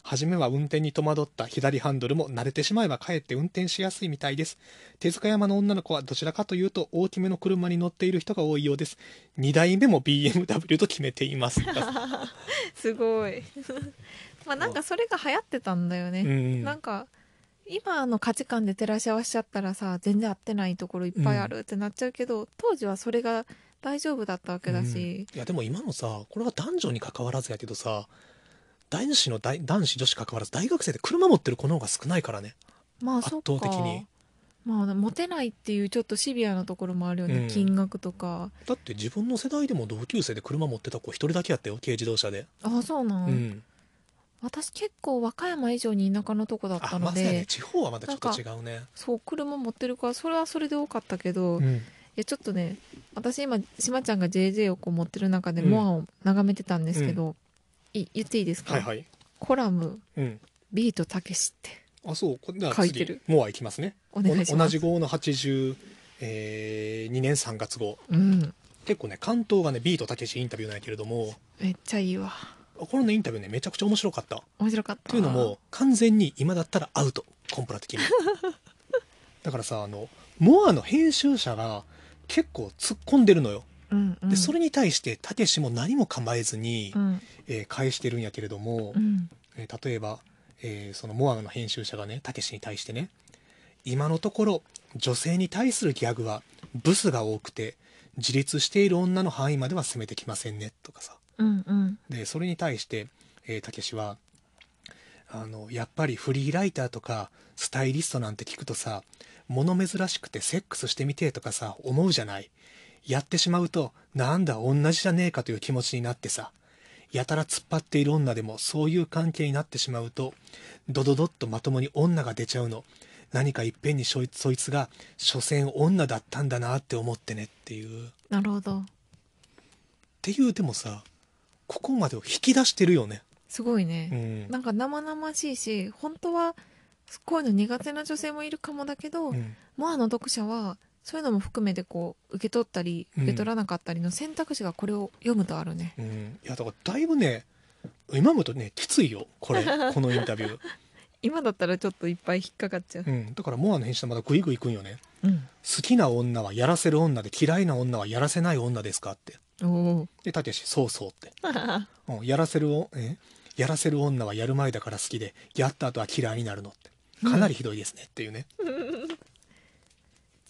初めは運転に戸惑った左ハンドルも慣れてしまえばかえって運転しやすいみたいです手塚山の女の子はどちらかというと大きめの車に乗っている人が多いようです2台目も BMW と決めています
すごい まあなんかそれが流行ってたんだよね、
うん
なんか今の価値観で照らし合わせちゃったらさ全然合ってないところいっぱいあるってなっちゃうけど、当時はそれが大丈夫だったわけだし、
いやでも今のさこれは男女に関わらずやけどさ男子の大男子女子関わらず大学生で車持ってる子の方が少ないからね
まあ
圧
そっ
倒
か
的に
まあモテないっていうちょっとシビアなところもあるよね、
うん
金額とか
だって自分の世代でも同級生で車持ってた子一人だけやったよ軽自動車で、
ああそうなん、
うん
私結構和歌山以上に田舎のとこだった
あま
の
さ
で、
やね地方はまたちょっと違うね
そう車持ってるからそれはそれで多かったけど、
う
い
ん
やちょっとね私今しまちゃんが JJ をこう持ってる中で
うん
モアを眺めてたんですけど、い言っていいですか、
はいはい。
コラム
うん。
ビートたけしって
あ、そう。これじゃあ
書いてる
次モアいきますね。
お願いし
同
ます
じ号の82、えー、2年3月号。
うん
結構ね、関東がね、ビートたけしインタビューなんやけれども、
めっちゃいいわ
あこれのインタビューね、めちゃくちゃ面白かった。
面白かった
というのも完全に今だったらアウトコンプラ 的にだからさあのモアの編集者が結構突っ込んでるのよ、
うんうん
でそれに対してたけしも何も構えずに、
うん
えー返してるんやけれども、
うん
えー例えば、えーそのモアの編集者がねたけしに対してね今のところ女性に対するギャグはブスが多くて自立している女の範囲までは攻めてきませんねとかさ
うんうん
でそれに対してえーたけしはあのやっぱりフリーライターとかスタイリストなんて聞くとさ物珍しくてセックスしてみてえとかさ思うじゃないやってしまうとなんだ同じじゃねえかという気持ちになってさやたら突っ張っている女でもそういう関係になってしまうとドドドッとまともに女が出ちゃうの何かいっぺんにそいそいつが所詮女だったんだなって思ってねっていう
なるほど
っていうでもさここまでを引き出してるよね
すごいうね、
ん
なんか生々しいし本当はこういうの苦手な女性もいるかもだけど、
うん
モアの読者はそういうのも含めてこう受け取ったり
うん
受け取らなかったりの選択肢がこれを読むとあるね、
うん、いやだからだいぶね今もとねきついよこ れこのインタビュー、
今だったらちょっといっぱい引っかかっちゃう
うん、だからモアの編集者まだグイグイいくんよね
うん、
好きな女はやらせる女で嫌いな女はやらせない女ですかって
おお
でたけしそうそうって、 うん、やらせるおえやらせる女はやる前だから好きでやった後は嫌いになるのってかなりひどいですねっていうね、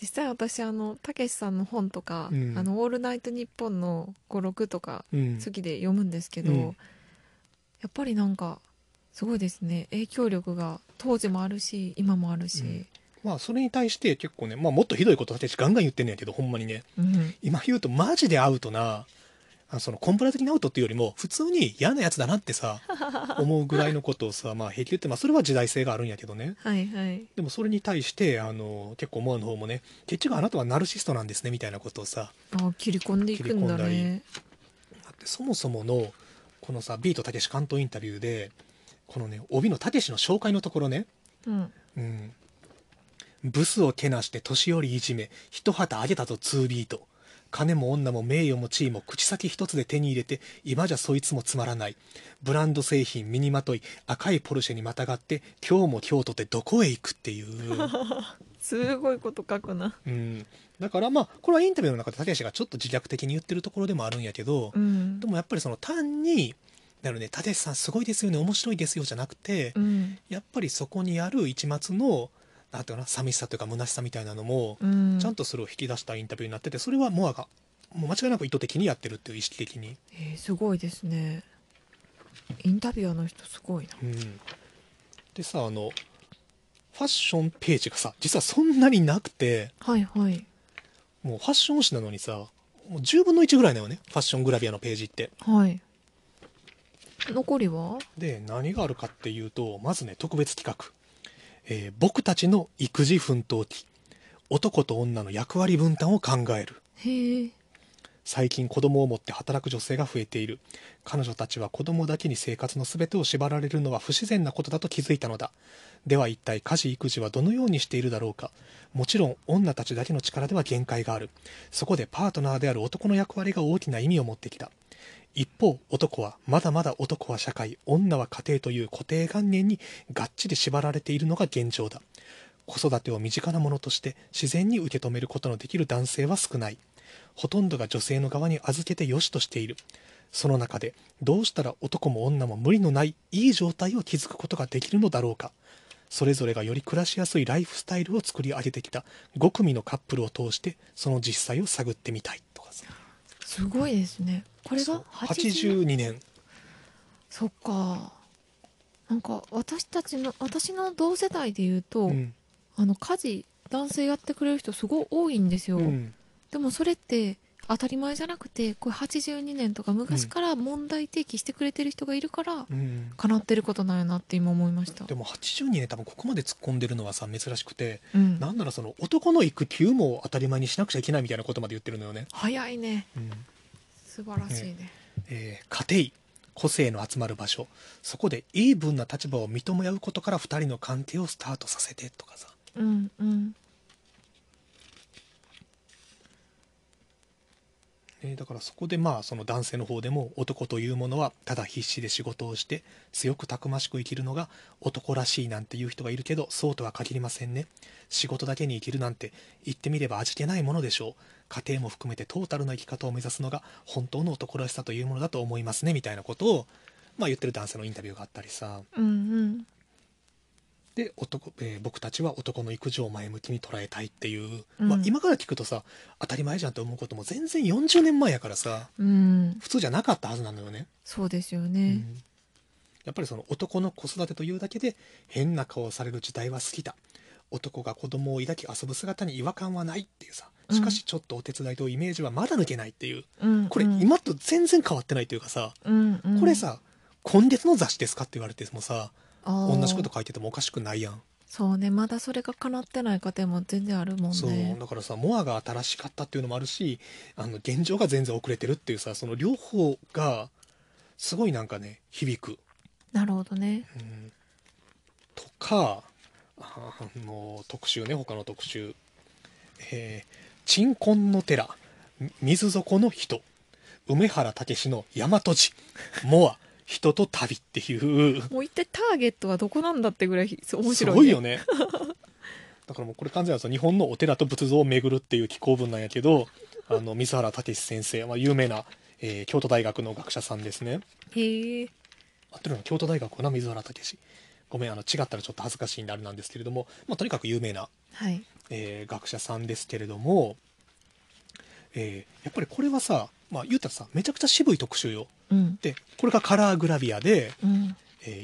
実際私あのたけしさんの本とか「
うん
あのオールナイトニッポン」の56とか
うん
好きで読むんですけど、
うん
やっぱりなんかすごいですね影響力が当時もあるし今もあるし、
まあそれに対して結構ね、まあ、もっとひどいことたけしガンガン言ってんねんけどほんまにね
うん
今言うとマジでアウトなあのそのコンプラ的なアウトっていうよりも普通に嫌なやつだなってさ思うぐらいのことをさ、まあ、平気で言って、まあ、それは時代性があるんやけどね
はいはい
でもそれに対してあの結構モアの方もね結局あなたはナルシストなんですねみたいなことをさ
あ切り込んでいくん
切
だ
り込ん
ね
だってそもそものこのさビートたけし関東インタビューでこのね帯のたけしの紹介のところね
うん
うんブスをけなして年寄りいじめ一旗あげたと2ビート金も女も名誉も地位も口先一つで手に入れて今じゃそいつもつまらないブランド製品身にまとい赤いポルシェにまたがって今日も京都ってどこへ行くっていう、
すごいこと書くな
うん、だからまあこれはインタビューの中で武志がちょっと自虐的に言ってるところでもあるんやけど、
うん
でもやっぱりその単になるね武志さんすごいですよね面白いですよじゃなくて、
うん
やっぱりそこにある一末のなんていうかな寂しさというか虚しさみたいなのも、
うん
ちゃんとそれを引き出したインタビューになっててそれはモアがもう間違いなく意図的にやってるっていう意識的に、
えーすごいですねインタビュアーの人すごいな
うん、でさあのファッションページがさ実はそんなになくて
はいはい
もうファッション誌なのにさもう10分の1ぐらいだよねファッショングラビアのページって
はい残りは
で何があるかっていうとまずね特別企画、えー僕たちの育児奮闘記男と女の役割分担を考える」
へえ
最近子供を持って働く女性が増えている彼女たちは子供だけに生活の全てを縛られるのは不自然なことだと気づいたのだでは一体家事育児はどのようにしているだろうかもちろん女たちだけの力では限界があるそこでパートナーである男の役割が大きな意味を持ってきた一方男はまだまだ男は社会女は家庭という固定観念にがっちり縛られているのが現状だ子育てを身近なものとして自然に受け止めることのできる男性は少ないほとんどが女性の側に預けて良しとしているその中でどうしたら男も女も無理のないいい状態を築くことができるのだろうかそれぞれがより暮らしやすいライフスタイルを作り上げてきた5組のカップルを通してその実際を探ってみたいとかさ
すごいですねこれ
そう
が
82年
そっかなんか私たちの私の同世代で言うと、
うん
あの家事男性やってくれる人すごい多いんですよ、
うん
でもそれって当たり前じゃなくてこれ82年とか昔から問題提起してくれてる人がいるから、
うん
叶ってることなんやなって今思いました
でも82年多分ここまで突っ込んでるのはさ珍しくて
うん
なんならその男の育休も当たり前にしなくちゃいけないみたいなことまで言ってるのよね、
早いね
うん
素晴らしいね
えー家個性の集まる場所そこでイーブンな立場を認め合うことから2人の関係をスタートさせてとかさ
うんうん
ね、だからそこでまあその男性の方でも男というものはただ必死で仕事をして強くたくましく生きるのが男らしいなんていう人がいるけどそうとは限りませんね仕事だけに生きるなんて言ってみれば味気ないものでしょう家庭も含めてトータルな生き方を目指すのが本当の男らしさというものだと思いますねみたいなことを、まあ、言ってる男性のインタビューがあったりさ
うんうん
で男、えー僕たちは男の育児を前向きに捉えたいっていう、まあ
う、ん
今から聞くとさ当たり前じゃんと思うことも全然40年前やからさ
うん
普通じゃなかったはずなのよね、
そうですよ
う
ね、
んやっぱりその男の子育てというだけで変な顔をされる時代は過ぎた男が子供を抱き遊ぶ姿に違和感はないっていうさしかしちょっとお手伝いというイメージはまだ抜けないっていう
うんうん、
これ今と全然変わってないというかさ
うんうん
これさ今月の雑誌ですかって言われてもさ
あ
同
ー
じこと書いててもおかしくないやん
そうねまだそれが叶ってない家庭も全然あるもんね
そうだからさモアが新しかったっていうのもあるしあの現状が全然遅れてるっていうさその両方がすごいなんかね響く
なるほどね
うんとかあの特集ね他の特集「えー鎮魂の寺み水底の人」梅原武の「大和寺」「モア人と旅」っていう
もう一体ターゲットはどこなんだってぐらいそう面
す
白い、ね、
ごいよねだからもうこれ完全にその日本のお寺と仏像を巡るっていう紀行文なんやけどあの水原武先生、まあ、有名な、えー京都大学の学者さんですね
へえ
合ってるのは京都大学かな水原武ごめんあの違ったらちょっと恥ずかしいんであれなんですけれども、まあ、とにかく有名な、
はい
えー学者さんですけれども、えーやっぱりこれはさ、まあ、言うたらさめちゃくちゃ渋い特集よ
うん
でこれがカラーグラビアで、
うん
え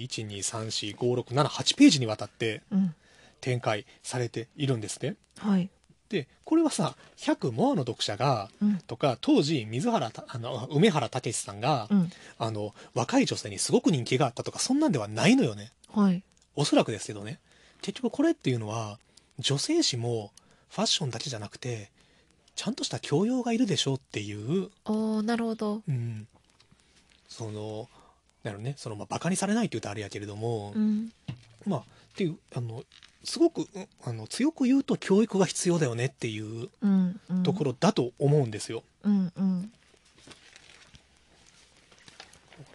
12345678ページにわたって
うん
展開されているんですね
はい
でこれはさ100モアの読者が
うん
とか当時水原たあの梅原武さんが、
うん
あの若い女性にすごく人気があったとかそんなんではないのよね
はい
おそらくですけどね結局これっていうのは女性誌もファッションだけじゃなくてちゃんとした教養がいるでしょうっていう、
おーなるほど
うん、そのなるねそのまあバカにされないって言うとあれやけれども、
うん
まあっていうあのすごくうんあの強く言うと教育が必要だよねっていう
うんうん
ところだと思うんですよ。
うんうん
だか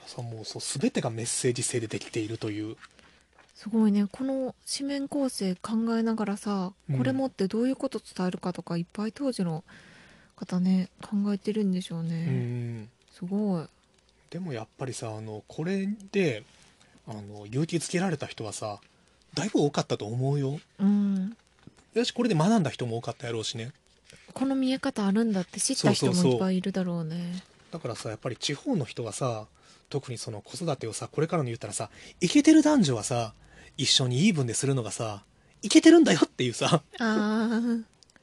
らさもうそう全てがメッセージ性でできているという
すごいねこの紙面構成考えながらさ
うん
これもってどういうこと伝えるかとかいっぱい当時の方ね考えてるんでしょう
う
ね、
ん
すごい
でもやっぱりさあのこれであの勇気づけられた人はさだいぶ多かったと思うよ。
うん
よしこれで学んだ人も多かったやろうしね
この見え方あるんだって知った人
そうそうそう
もいっぱいいるだろうね
だからさやっぱり地方の人がさ特にその子育てをさこれからの言ったらさイケてる男女はさ一緒にイーブンでするのがさイケてるんだよっていうさ
ああ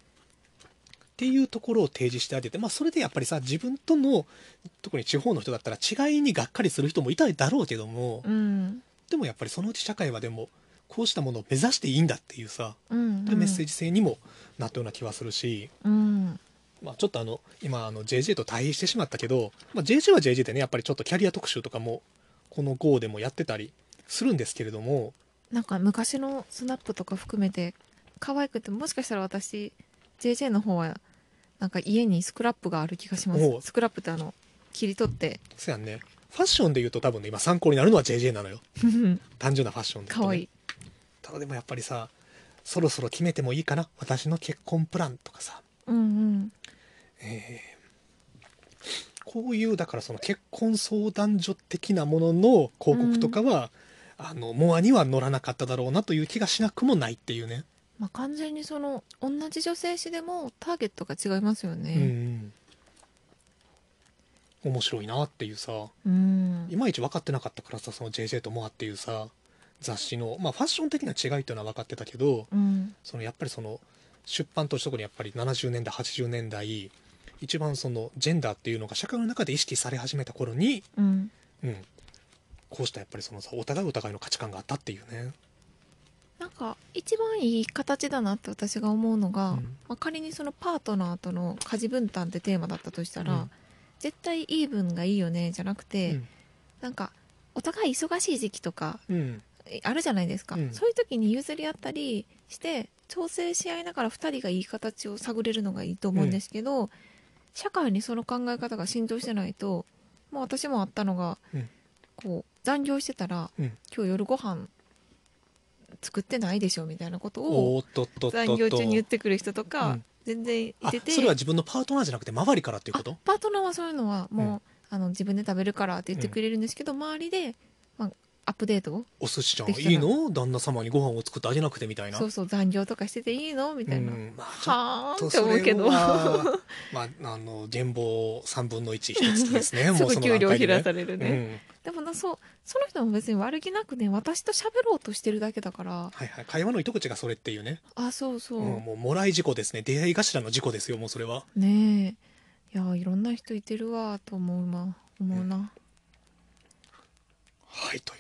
っていうところを提示してあげて、まあ、それでやっぱりさ自分との特に地方の人だったら違いにがっかりする人もいただろうけども、
うん
でもやっぱりそのうち社会はでもこうしたものを目指していいんだっていうさ
うん
メッセージ性にもなったような気はするし、
うん
まあ、ちょっとあの今あの JJ と対比してしまったけど、まあ、JJ は JJ でねやっぱりちょっとキャリア特集とかもこの GO でもやってたりするんですけれども
なんか昔のスナップとか含めて可愛くてもしかしたら私 JJ の方はなんか家にスクラップがある気がしま
おう
すスクラップってあの切り取って
そうやんねファッションで言うと多分ね今参考になるのは JJ なのよ単純なファッションで言うとね
可愛い
ただでもやっぱりさそろそろ決めてもいいかな私の結婚プランとかさ、
うん
えーこういうだからその結婚相談所的なものの広告とかは、あのモアには乗らなかっただろうなという気がしなくもないっていうね、
まあ、完全にその同じ女性誌でもターゲットが違いますよ
うん
ね
うん面白いなっていうさ
うん
いまいち分かってなかったからさその JJ とモアっていうさ雑誌の、まあ、ファッション的な違いっていうのは分かってたけど、
うん
そのやっぱりその出版として特にやっぱり70年代80年代一番そのジェンダーっていうのが社会の中で意識され始めた頃に、
うん
うん、こうしたやっぱりそのさお互いお互いの価値観があったっていうね。
なんか一番いい形だなって私が思うのが、
うん
まあ、仮にそのパートナーとの家事分担ってテーマだったとしたら、
うん
絶対イーブンがいいよねじゃなくて、
うん
なんかお互い忙しい時期とか
うん
えあるじゃないですか、
うん
そういう時に譲り合ったりして調整し合いながら2人がいい形を探れるのがいいと思うんですけど、社会にその考え方が浸透してないともう私もあったのが、
うん
こう残業してたら、
うん
今日夜ご飯作ってないでしょみたいなことを
おーっとっとっとっと
残業中に言ってくる人とか、
うん
全然い
あ
てて
それは自分のパートナーじゃなくて周りからっていうこ
あ
と
パートナーはそういうのはもう、あの自分で食べるからって言ってくれるんですけど、周りで、まあ、アップデートを
お寿司ちゃん
できたら
いいの旦那様にご飯を作ってあげなくてみたいな
そうそう残業とかしてていいのみたいな、
うんまあちょっ
はーん
と
って
そ
思う
れ
け ど
はまああの現棒3分の11一つですね
す
もう
ぐ
その
給
段
料
階
減
でね
らされるね
うん
でもなそうその人も別に悪気なくね私と喋ろうとしてるだけだから
はいはい、会話の糸口がそれっていうね、
あそうそう
う、んもうもらい事故ですね出会い頭の事故ですよもうそれは
ねえいやいろんな人いてるわと思うな思うな、
はいとい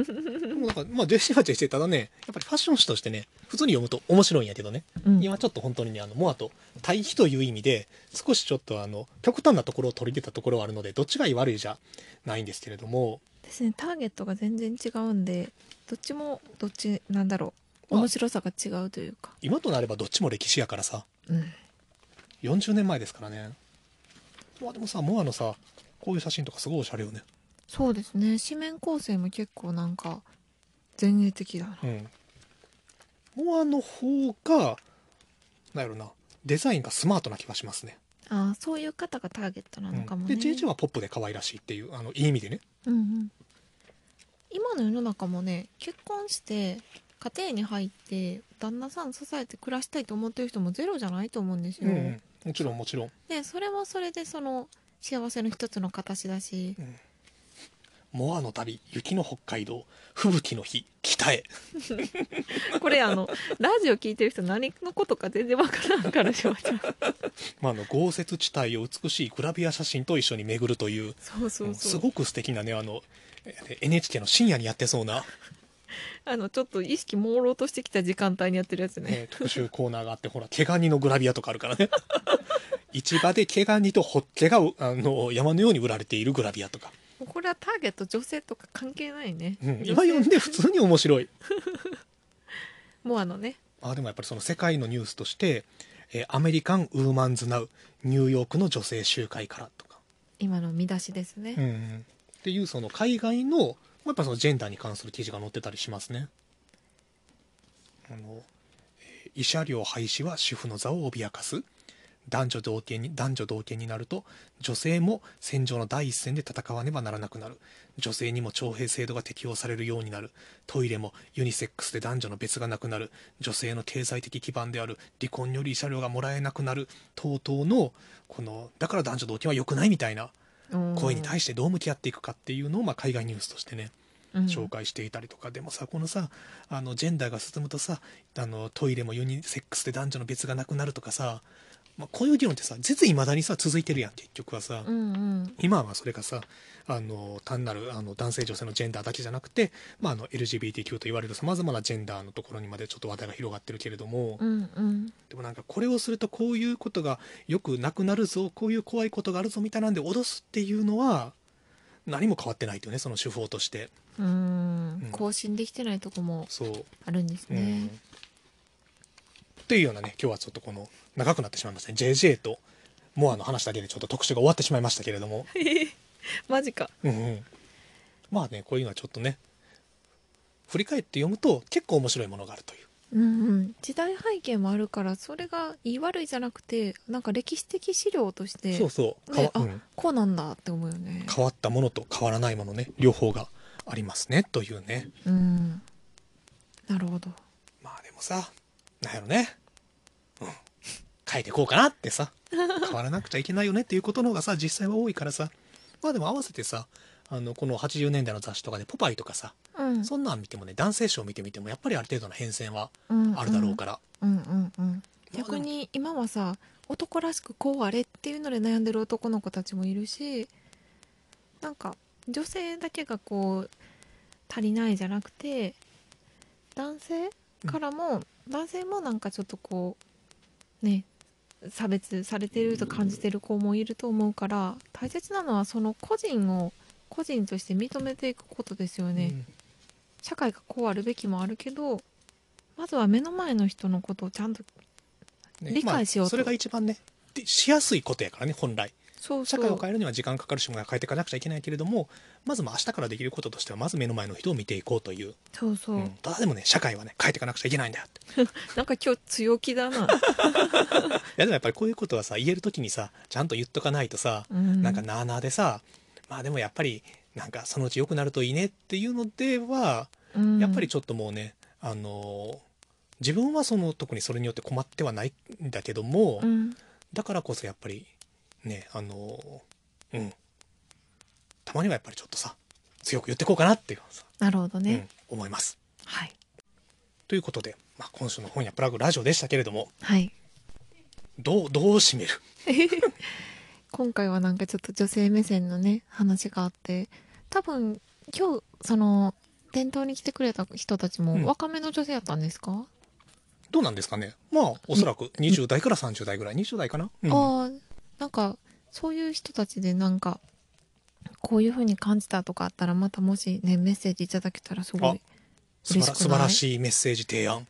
うねでもなんかまあジェシーはジェシーただねやっぱりファッション誌としてね普通に読むと面白いんやけどね、
うん、
今ちょっと本当にねあのモアと対比という意味で少しちょっとあの極端なところを取り入れたところはあるのでどっちがいい悪いじゃないんですけれども
ですねターゲットが全然違うんでどっちもどっちなんだろう
まあ
面白さが違うというか、
今となればどっちも歴史やからさ
うん、
40年前ですからねまあでもさモアのさこういう写真とかすごいおしゃれよね
そうですね紙面構成も結構なんか前衛的だな
うん、モアの方がなんやろなデザインがスマートな気がしますね、
あーそういう方がターゲットな
う
の
ん
かもね、
で JJ はポップで可愛らしいっていうあのいい意味でね
うんうん、今の世の中もね結婚して家庭に入って旦那さん支えて暮らしたいと思ってる人もゼロじゃないと思うんですよ、
うんもちろんもちろん
でそれはそれでその幸せの一つの形だし
モアの旅雪の北海道吹雪の日北へ
これあの ラジオ聞いてる人何のことか全然わからんからしまちゃん
まあ、あの豪雪地帯を美しいグラビア写真と一緒に巡るという
そうそううんそう
すごく素敵なねあのえ NHK の深夜にやってそうな、
あのちょっと意識朦朧としてきた時間帯にやってるやつね
えー特集コーナーがあってほら毛ガニのグラビアとかあるからね 市場で毛ガニとホッケがうあの山のように売られているグラビアとか
もうこれはターゲット女性とか関係ないね、
うん、
女性
今読んで普通に面白い
もうあのね
あでもやっぱりその世界のニュースとして、えーアメリカン・ウーマンズ・ナウニューヨークの女性集会から」とか、
今の見出しですね、
うんうんっていうその海外のまあやっぱそのジェンダーに関する記事が載ってたりしますねあの、えー慰謝料廃止は主婦の座を脅かす男女同権に男女同権になると女性も戦場の第一線で戦わねばならなくなる女性にも徴兵制度が適用されるようになるトイレもユニセックスで男女の別がなくなる女性の経済的基盤である離婚により慰謝料がもらえなくなる等々のこのだから男女同権は良くないみたいな
うん
声に対してどう向き合っていくかっていうのを、まあ、海外ニュースとしてね
うん
紹介していたりとか、でもさこのさあのジェンダーが進むとさあのトイレもユニセックスで男女の別がなくなるとかさ、まあ、こういう議論ってさ絶いまだにさ続いてるやん結局はさ、
うんうん
今はそれがさあの単なるあの男性女性のジェンダーだけじゃなくて、まあ、あの LGBTQ と言われるさまざまなジェンダーのところにまでちょっと話題が広がってるけれども、
うんうん
でもなんかこれをするとこういうことがよくなくなるぞこういう怖いことがあるぞみたいなんで脅すっていうのは何も変わってないというねその手法として
うーん
うん
更新できてないとこも
そう、
あるんです
うん
ね、
っていうようなね今日はちょっとこの長くなってしまいましたね JJ とモアの話だけでちょっと特集が終わってしまいましたけれども、
マジか
うんうんまあねこういうのはちょっとね振り返って読むと結構面白いものがあるという
うんうん時代背景もあるからそれが言い悪いじゃなくてなんか歴史的資料として
そうそう
ね
かわ、
あ
うん
こうなんだって思うよね
変わったものと変わらないものね両方がありますねというね
うんなるほど
まあでもさ、なんやろね。うん。書いてこうかなって さ、変わらなくちゃいけないよねっていうことの方がさ、実際は多いからさ。まあでも合わせてさ、あの、この80年代の雑誌とかでポパイとかさ、
うん
そんなん見てもね、男性誌を見てみても、やっぱりある程度の変遷は
うん
あるだろうから。
うんうんうん
まあ
逆
でも
に今はさ男らしくこうあれっていうので悩んでる男の子たちもいるしなんか女性だけがこう足りないじゃなくて男性からも、男性もなんかちょっとこうね差別されてると感じてる子もいると思うから大切なのはその個人を個人として認めていくことですよね、社会がこうあるべきもあるけどまずは目の前の人のことをちゃんと
うんね
理解しよう
まあ
と
それが一番ねでしやすいことやからね本来
そうそ
社
う
会を変えるには時間かかるしも変えていかなくちゃいけないけれどもまずまあ明日からできることとしてはまず目の前の人を見ていこうという、
そうそう、
うんただでもね社会はね変えていかなくちゃいけないんだよって
なんか今日強気だ な、
いやでもやっぱりこういうことはさ言える時にさちゃんと言っとかないとさ、
うん、
なんかなあなあでさまあでもやっぱりなんかそのうち良くなるといいねっていうのでは
うん
やっぱりちょっともうね、あのー自分はその特にそれによって困ってはないんだけども、
うん
だからこそやっぱりねあのーうんたまにはやっぱりちょっとさ強く言ってこうかなっていうさ、
なるほどね、
うん、思います。
はい
ということで、まあ、今週の本やプラグラジオでしたけれども
はい
どうどう締める
今回はなんかちょっと女性目線のね話があって多分今日その店頭に来てくれた人たちも、
うん
若めの女性やったんですか、
どうなんですかねまあおそらく20代から30代ぐらい20代かな、うん
ああなんかそういう人たちでなんかこういう風に感じたとかあったらまたもしねメッセージいただけたらすご
あ
い
素晴ら
嬉しくない
素晴らしいメッセージ提案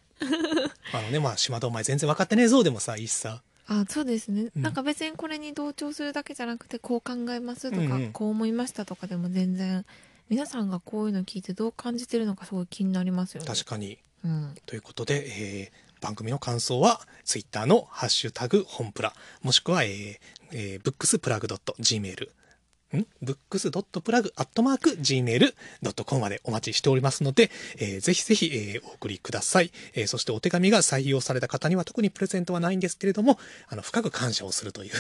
あのねまあ島田お前全然分かってねえぞでもさいいしさ
あそうですね、
うん
なんか別にこれに同調するだけじゃなくてこう考えますとか、
うんうん
こう思いましたとかでも全然皆さんがこういうの聞いてどう感じてるのかすごい気になりますよね
確かに
うん、
ということで、えー番組の感想はツイッターの「ハッシュタグ本プラ」もしくは、えーえー、booksplug.gmail ん books.plug.gmail.com までお待ちしておりますので、えーぜひぜひ、えーお送りください、えーそしてお手紙が採用された方には特にプレゼントはないんですけれどもあの深く感謝をする というい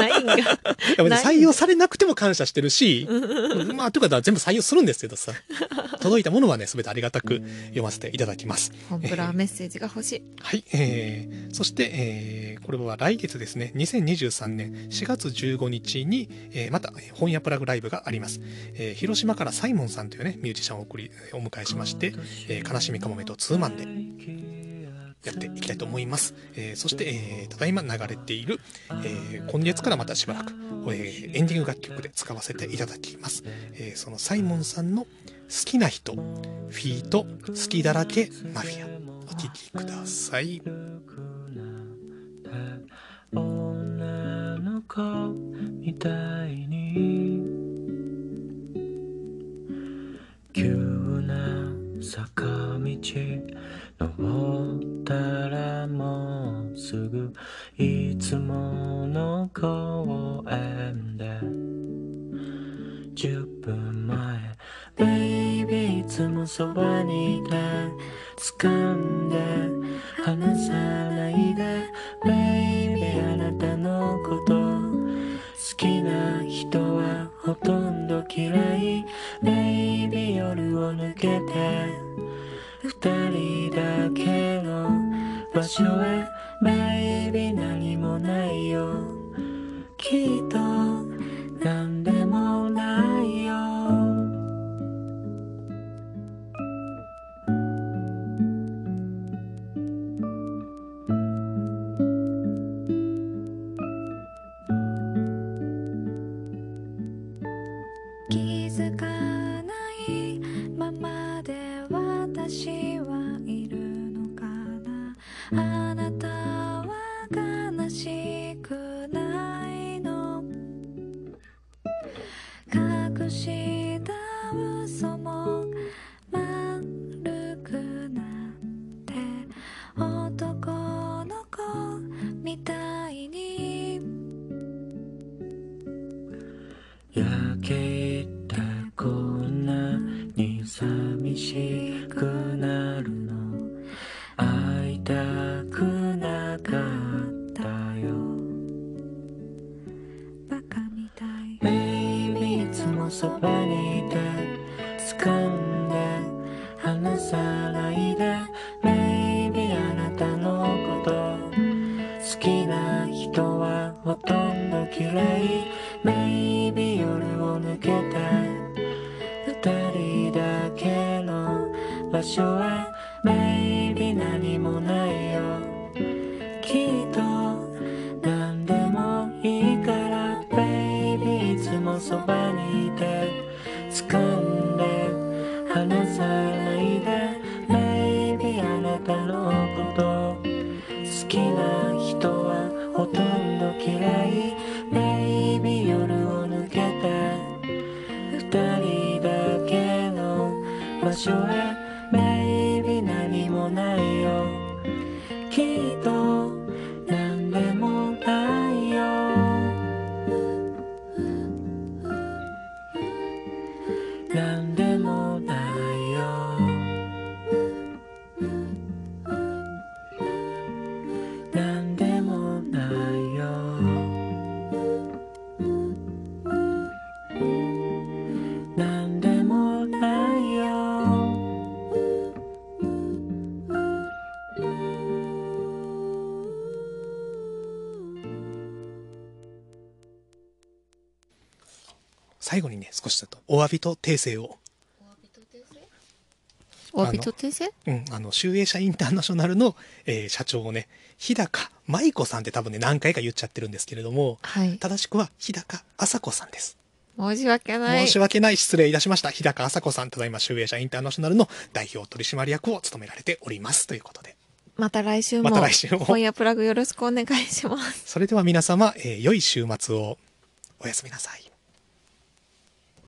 ないんが
や別に
ない
採用されなくても感謝してる しまあというか全部採用するんですけどさ届いたものはね全てありがたく読ませていただきます
本プラメッセージが欲しい
はい、えー、そして、えーこれは来月ですね、2023年4月15日に、えーまたえー本屋プラグライブがあります、えー広島からサイモンさんというね、ミュージシャンを送りお迎えしまして、えー悲しみかもめとツーマンでやっていきたいと思います。えーそして、えーただいま流れている、えー今月からまたしばらく、えーエンディング楽曲で使わせていただきます。えーそのサイモンさんの好きな人、フィート、好きだらけ、マフィア。お聴きください。
女の子みたいに急な坂道登ったらもうすぐいつもの公園で10分前ベイビーいつもそばにいて掴んで離さないでベイビーあなたのこと好きな人はほとんど嫌いベイビー夜を抜けて二人だけの場所へベイビー何もないよきっと何でもないよ
気づかないままで私はいるのかなあなたは悲しくないの隠した嘘も丸くなって男の子みたいに
夜景ってこんなに寂しくなるの会いたくなかったよ
バカみたい
ベイビーいつもそばにいて掴んで離さないでベイビーあなたのこと好きな人はほとんど嫌いベイビー夜を抜けて二人だけの場所へベイビー何もないよきっと何でもいいからベイビーいつもそばにいて
最後にね、少しだと、お詫びと訂正を。
お詫びと訂正
うん、あの、集英社インターナショナルの、えー社長をね、日高舞子さんって多分ね、何回か言っちゃってるんですけれども、
はい。
正しくは日高朝子さんです。
申し訳ない。
申し訳ない失礼いたしました。日高朝子さん、ただいま集英社インターナショナルの代表取締役を務められております。ということで。
また来週も。
また来週も
今夜プラグよろしくお願いします。
それでは皆様、えー良い週末を。おやすみなさい。